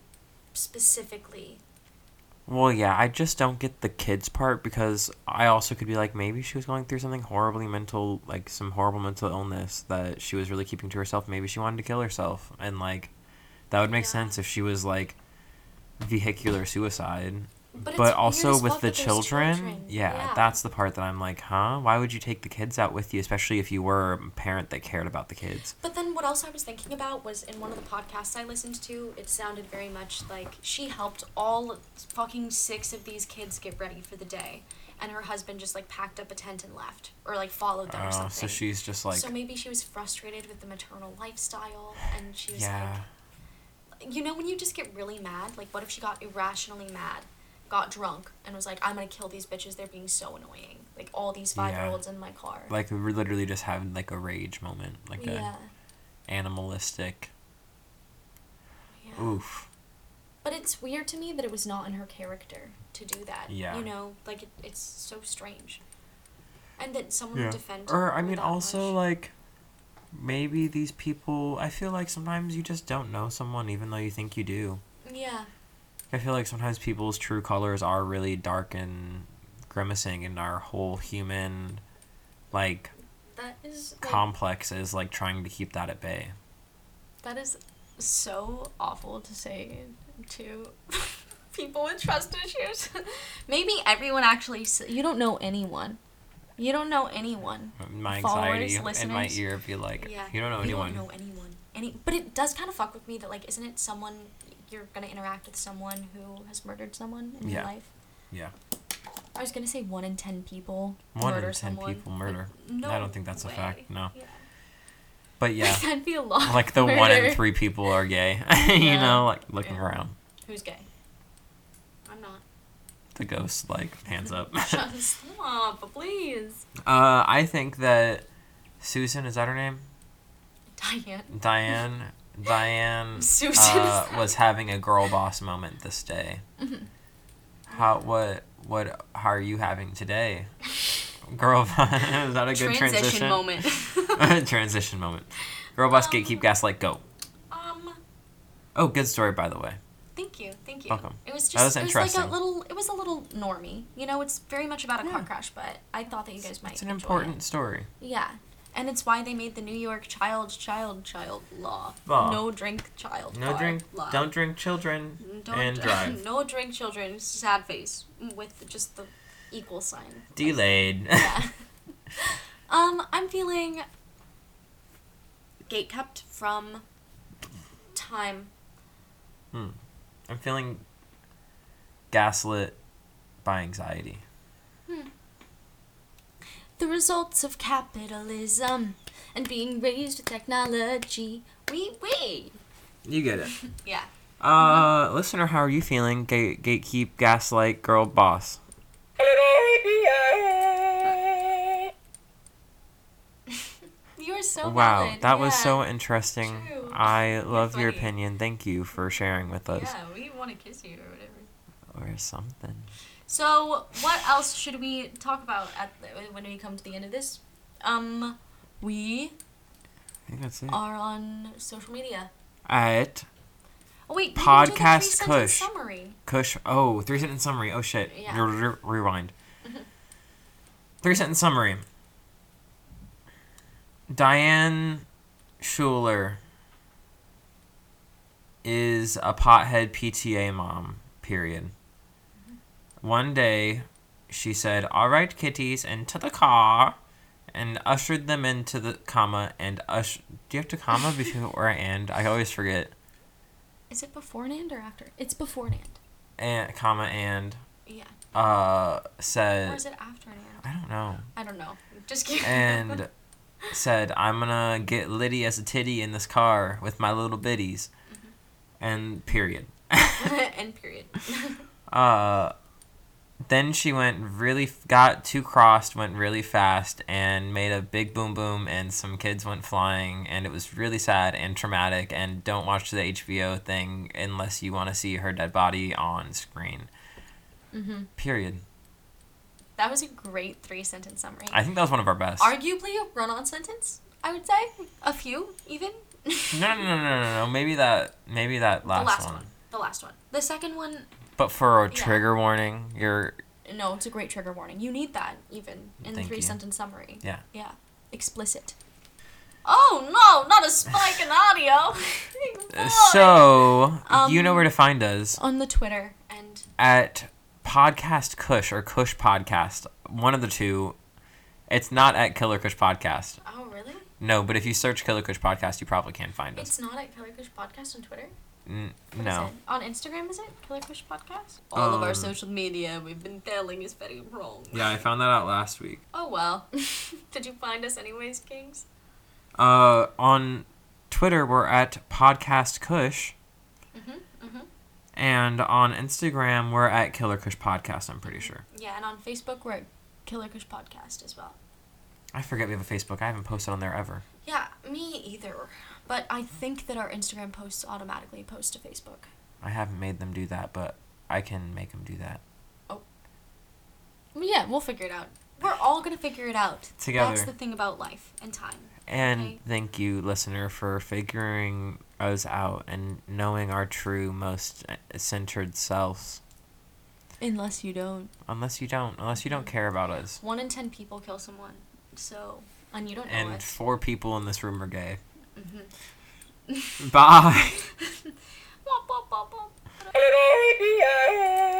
[SPEAKER 2] specifically?
[SPEAKER 1] Well, yeah, I just don't get the kids part because I also could be like, maybe she was going through something horribly mental, like some horrible mental illness that she was really keeping to herself. Maybe she wanted to kill herself. And, like, that would make
[SPEAKER 2] Yeah.
[SPEAKER 1] sense if she was, like, vehicular suicide.
[SPEAKER 2] But,
[SPEAKER 1] But,
[SPEAKER 2] it's weird
[SPEAKER 1] also
[SPEAKER 2] as
[SPEAKER 1] with
[SPEAKER 2] fuck
[SPEAKER 1] the
[SPEAKER 2] that there's
[SPEAKER 1] children, Yeah,
[SPEAKER 2] yeah.
[SPEAKER 1] that's the part that I'm like, huh? Why would you take the kids out with you, especially if you were a parent that cared about the kids?
[SPEAKER 2] But then what else I was thinking about was in one of the podcasts I listened to, it sounded very much like she helped all fucking six of these kids get ready for the day. And her husband just like packed up a tent and left, or like followed them or
[SPEAKER 1] Oh,
[SPEAKER 2] something.
[SPEAKER 1] so she's just like,
[SPEAKER 2] so maybe she was frustrated with the maternal lifestyle, and she was
[SPEAKER 1] yeah.
[SPEAKER 2] like, you know, when you just get really mad, like, what if she got irrationally mad, got drunk, and was like, I'm gonna kill these bitches, they're being so annoying. Like, all these
[SPEAKER 1] Yeah.
[SPEAKER 2] five year olds in my car.
[SPEAKER 1] like we literally just having like a rage moment, like uh,
[SPEAKER 2] yeah.
[SPEAKER 1] a animalistic
[SPEAKER 2] yeah.
[SPEAKER 1] oof.
[SPEAKER 2] But it's weird to me that it was not in her character to do that.
[SPEAKER 1] Yeah.
[SPEAKER 2] You know, like, it, it's so strange. And that someone
[SPEAKER 1] Yeah.
[SPEAKER 2] would defend
[SPEAKER 1] Or
[SPEAKER 2] her
[SPEAKER 1] I mean,
[SPEAKER 2] that
[SPEAKER 1] also
[SPEAKER 2] much.
[SPEAKER 1] like maybe these people. I feel like sometimes you just don't know someone, even though you think you do.
[SPEAKER 2] Yeah.
[SPEAKER 1] I feel like sometimes people's true colors are really dark and grimacing, and our whole human like
[SPEAKER 2] That is. like,
[SPEAKER 1] complex is like trying to keep that at bay.
[SPEAKER 2] That is so awful to say to people with trust issues. Maybe everyone actually. s- You don't know anyone. You don't know anyone.
[SPEAKER 1] My
[SPEAKER 2] Followers,
[SPEAKER 1] anxiety in my
[SPEAKER 2] listeners.
[SPEAKER 1] ear be like, you don't know anyone.
[SPEAKER 2] You don't know anyone. Any, but it does kind of fuck with me that like, isn't it someone you're gonna interact with someone who has murdered someone in your
[SPEAKER 1] Yeah.
[SPEAKER 2] life?
[SPEAKER 1] Yeah.
[SPEAKER 2] I was gonna say one in ten people
[SPEAKER 1] One in
[SPEAKER 2] murder
[SPEAKER 1] ten
[SPEAKER 2] someone.
[SPEAKER 1] people
[SPEAKER 2] but
[SPEAKER 1] murder.
[SPEAKER 2] no
[SPEAKER 1] I don't think that's a fact.
[SPEAKER 2] way.
[SPEAKER 1] No,
[SPEAKER 2] Yeah.
[SPEAKER 1] but yeah.
[SPEAKER 2] That'd be a lot.
[SPEAKER 1] like the one in
[SPEAKER 2] Murder.
[SPEAKER 1] three people are gay. you
[SPEAKER 2] Yeah.
[SPEAKER 1] know, like looking
[SPEAKER 2] Yeah.
[SPEAKER 1] around,
[SPEAKER 2] Who's gay? I'm not.
[SPEAKER 1] the ghost like hands up. uh,
[SPEAKER 2] Shut up, please.
[SPEAKER 1] I think that Susan is that her name?
[SPEAKER 2] Diane.
[SPEAKER 1] Diane. Diane
[SPEAKER 2] Susan
[SPEAKER 1] uh,
[SPEAKER 2] is-
[SPEAKER 1] was having a girl boss moment this day. How what what how are you having today? Girl, is that a good transition,
[SPEAKER 2] transition, moment.
[SPEAKER 1] transition moment. Girl boss,
[SPEAKER 2] Um,
[SPEAKER 1] gatekeep, gaslight, go.
[SPEAKER 2] um,
[SPEAKER 1] Oh, good story by the way.
[SPEAKER 2] thank you, thank you.
[SPEAKER 1] Welcome.
[SPEAKER 2] It was just
[SPEAKER 1] That was
[SPEAKER 2] it was like
[SPEAKER 1] interesting.
[SPEAKER 2] a little it was a little normy. You know, it's very much about a car
[SPEAKER 1] Yeah.
[SPEAKER 2] crash, but I thought that you guys might
[SPEAKER 1] It's an
[SPEAKER 2] enjoy it.
[SPEAKER 1] important story.
[SPEAKER 2] Yeah. And it's why they made the New York child child child law.
[SPEAKER 1] Law.
[SPEAKER 2] No drink child.
[SPEAKER 1] No
[SPEAKER 2] law-
[SPEAKER 1] drink.
[SPEAKER 2] Law.
[SPEAKER 1] Don't drink children
[SPEAKER 2] Mm, Don't-
[SPEAKER 1] and drive.
[SPEAKER 2] no drink children. Sad face with just the equal sign.
[SPEAKER 1] Delayed.
[SPEAKER 2] Yeah. um, I'm feeling gate kept from time.
[SPEAKER 1] I'm feeling gaslit by anxiety.
[SPEAKER 2] The results of capitalism and being raised with technology. We we.
[SPEAKER 1] You get it.
[SPEAKER 2] Yeah.
[SPEAKER 1] Uh, listener, how are you feeling? Gate, gatekeep, gaslight, girl, boss.
[SPEAKER 2] You are so
[SPEAKER 1] Oh, wow,
[SPEAKER 2] valid.
[SPEAKER 1] that was
[SPEAKER 2] Yeah.
[SPEAKER 1] so interesting.
[SPEAKER 2] True.
[SPEAKER 1] I
[SPEAKER 2] You're
[SPEAKER 1] love your
[SPEAKER 2] funny.
[SPEAKER 1] opinion. Thank you for sharing with us
[SPEAKER 2] Yeah, we want to kiss you or whatever.
[SPEAKER 1] or something.
[SPEAKER 2] So, what else should we talk about at the, when we come to the end of this? Um, we
[SPEAKER 1] I think that's it.
[SPEAKER 2] are on social media.
[SPEAKER 1] At
[SPEAKER 2] Oh wait, we didn't do the
[SPEAKER 1] Podcast
[SPEAKER 2] three-sentence
[SPEAKER 1] Kush.
[SPEAKER 2] summary.
[SPEAKER 1] Kush. Oh, three sentence summary. Oh shit.
[SPEAKER 2] Yeah.
[SPEAKER 1] R- r- rewind. three sentence summary. Diane Schuler is a pothead PTA mom. Period. One day, she said, "All right, kitties, into the car." And ushered them into the comma and ush. Do you have to comma before and? I always forget.
[SPEAKER 2] Is it before Nand or after? It's before Nand.
[SPEAKER 1] And comma and
[SPEAKER 2] Yeah.
[SPEAKER 1] uh
[SPEAKER 2] Or
[SPEAKER 1] said
[SPEAKER 2] is it after Nand?
[SPEAKER 1] I don't know
[SPEAKER 2] I don't know. Just kidding.
[SPEAKER 1] and said I'm gonna get Liddy as a titty in this car with my little bitties
[SPEAKER 2] Mm-hmm.
[SPEAKER 1] and period
[SPEAKER 2] and period.
[SPEAKER 1] uh then she went really f- got too crossed went really fast and made a big boom boom and some kids went flying and it was really sad and traumatic and don't watch the HBO thing unless you want to see her dead body on screen
[SPEAKER 2] hmm
[SPEAKER 1] period
[SPEAKER 2] That was a great three-sentence summary.
[SPEAKER 1] I think that was one of our best
[SPEAKER 2] Arguably a run-on sentence, I would say. A few, even.
[SPEAKER 1] No, no, no, no, no, no. Maybe that, maybe that last,
[SPEAKER 2] the last
[SPEAKER 1] one.
[SPEAKER 2] one. The last one. The second one
[SPEAKER 1] But for a
[SPEAKER 2] Yeah.
[SPEAKER 1] trigger warning, you're
[SPEAKER 2] No, it's a great trigger warning. You need that even in the
[SPEAKER 1] Thank
[SPEAKER 2] three
[SPEAKER 1] you.
[SPEAKER 2] sentence summary.
[SPEAKER 1] Yeah.
[SPEAKER 2] Yeah. Explicit. Oh no, not a spike in audio.
[SPEAKER 1] Uh,
[SPEAKER 2] Boy.
[SPEAKER 1] so you know
[SPEAKER 2] Um,
[SPEAKER 1] where to find us
[SPEAKER 2] on the Twitter and
[SPEAKER 1] at Podcast Kush or Kush Podcast, one of the two. It's not at Killer Kush Podcast.
[SPEAKER 2] oh really?
[SPEAKER 1] No, but if you search Killer Kush Podcast, you probably can find us.
[SPEAKER 2] It's not at Killer Kush Podcast on Twitter.
[SPEAKER 1] N-
[SPEAKER 2] What is
[SPEAKER 1] no.
[SPEAKER 2] it? On Instagram is it Killer Kush Podcast? All of our
[SPEAKER 1] Um,
[SPEAKER 2] social media we've been telling is very wrong.
[SPEAKER 1] found that out last week.
[SPEAKER 2] Oh well. Did you find us anyways, Kings?
[SPEAKER 1] Uh, on Twitter, we're at Podcast Kush,
[SPEAKER 2] Mm-hmm. Mm-hmm.
[SPEAKER 1] and on Instagram, we're at Killer Kush Podcast. I'm pretty sure.
[SPEAKER 2] Yeah, and on Facebook we're at Killer Kush Podcast as well.
[SPEAKER 1] I forget we have a Facebook. I haven't posted on there ever.
[SPEAKER 2] Yeah, me either. But I think that our Instagram posts automatically post to Facebook.
[SPEAKER 1] I haven't made them do that, but I can make them do that
[SPEAKER 2] Well, yeah, we'll figure it out. We're all gonna figure it out.
[SPEAKER 1] together.
[SPEAKER 2] That's the thing about life and time.
[SPEAKER 1] and
[SPEAKER 2] okay.
[SPEAKER 1] thank you, listener, for figuring us out and knowing our true, most uh, centered selves.
[SPEAKER 2] Unless you don't.
[SPEAKER 1] Unless you don't, unless you don't
[SPEAKER 2] Mm-hmm.
[SPEAKER 1] care about us.
[SPEAKER 2] One in ten people kill someone. So, and you don't know
[SPEAKER 1] And
[SPEAKER 2] it.
[SPEAKER 1] four people in this room are gay.
[SPEAKER 2] Mhm.
[SPEAKER 1] Bye.
[SPEAKER 2] Mm-hmm. Womp, womp, womp, womp.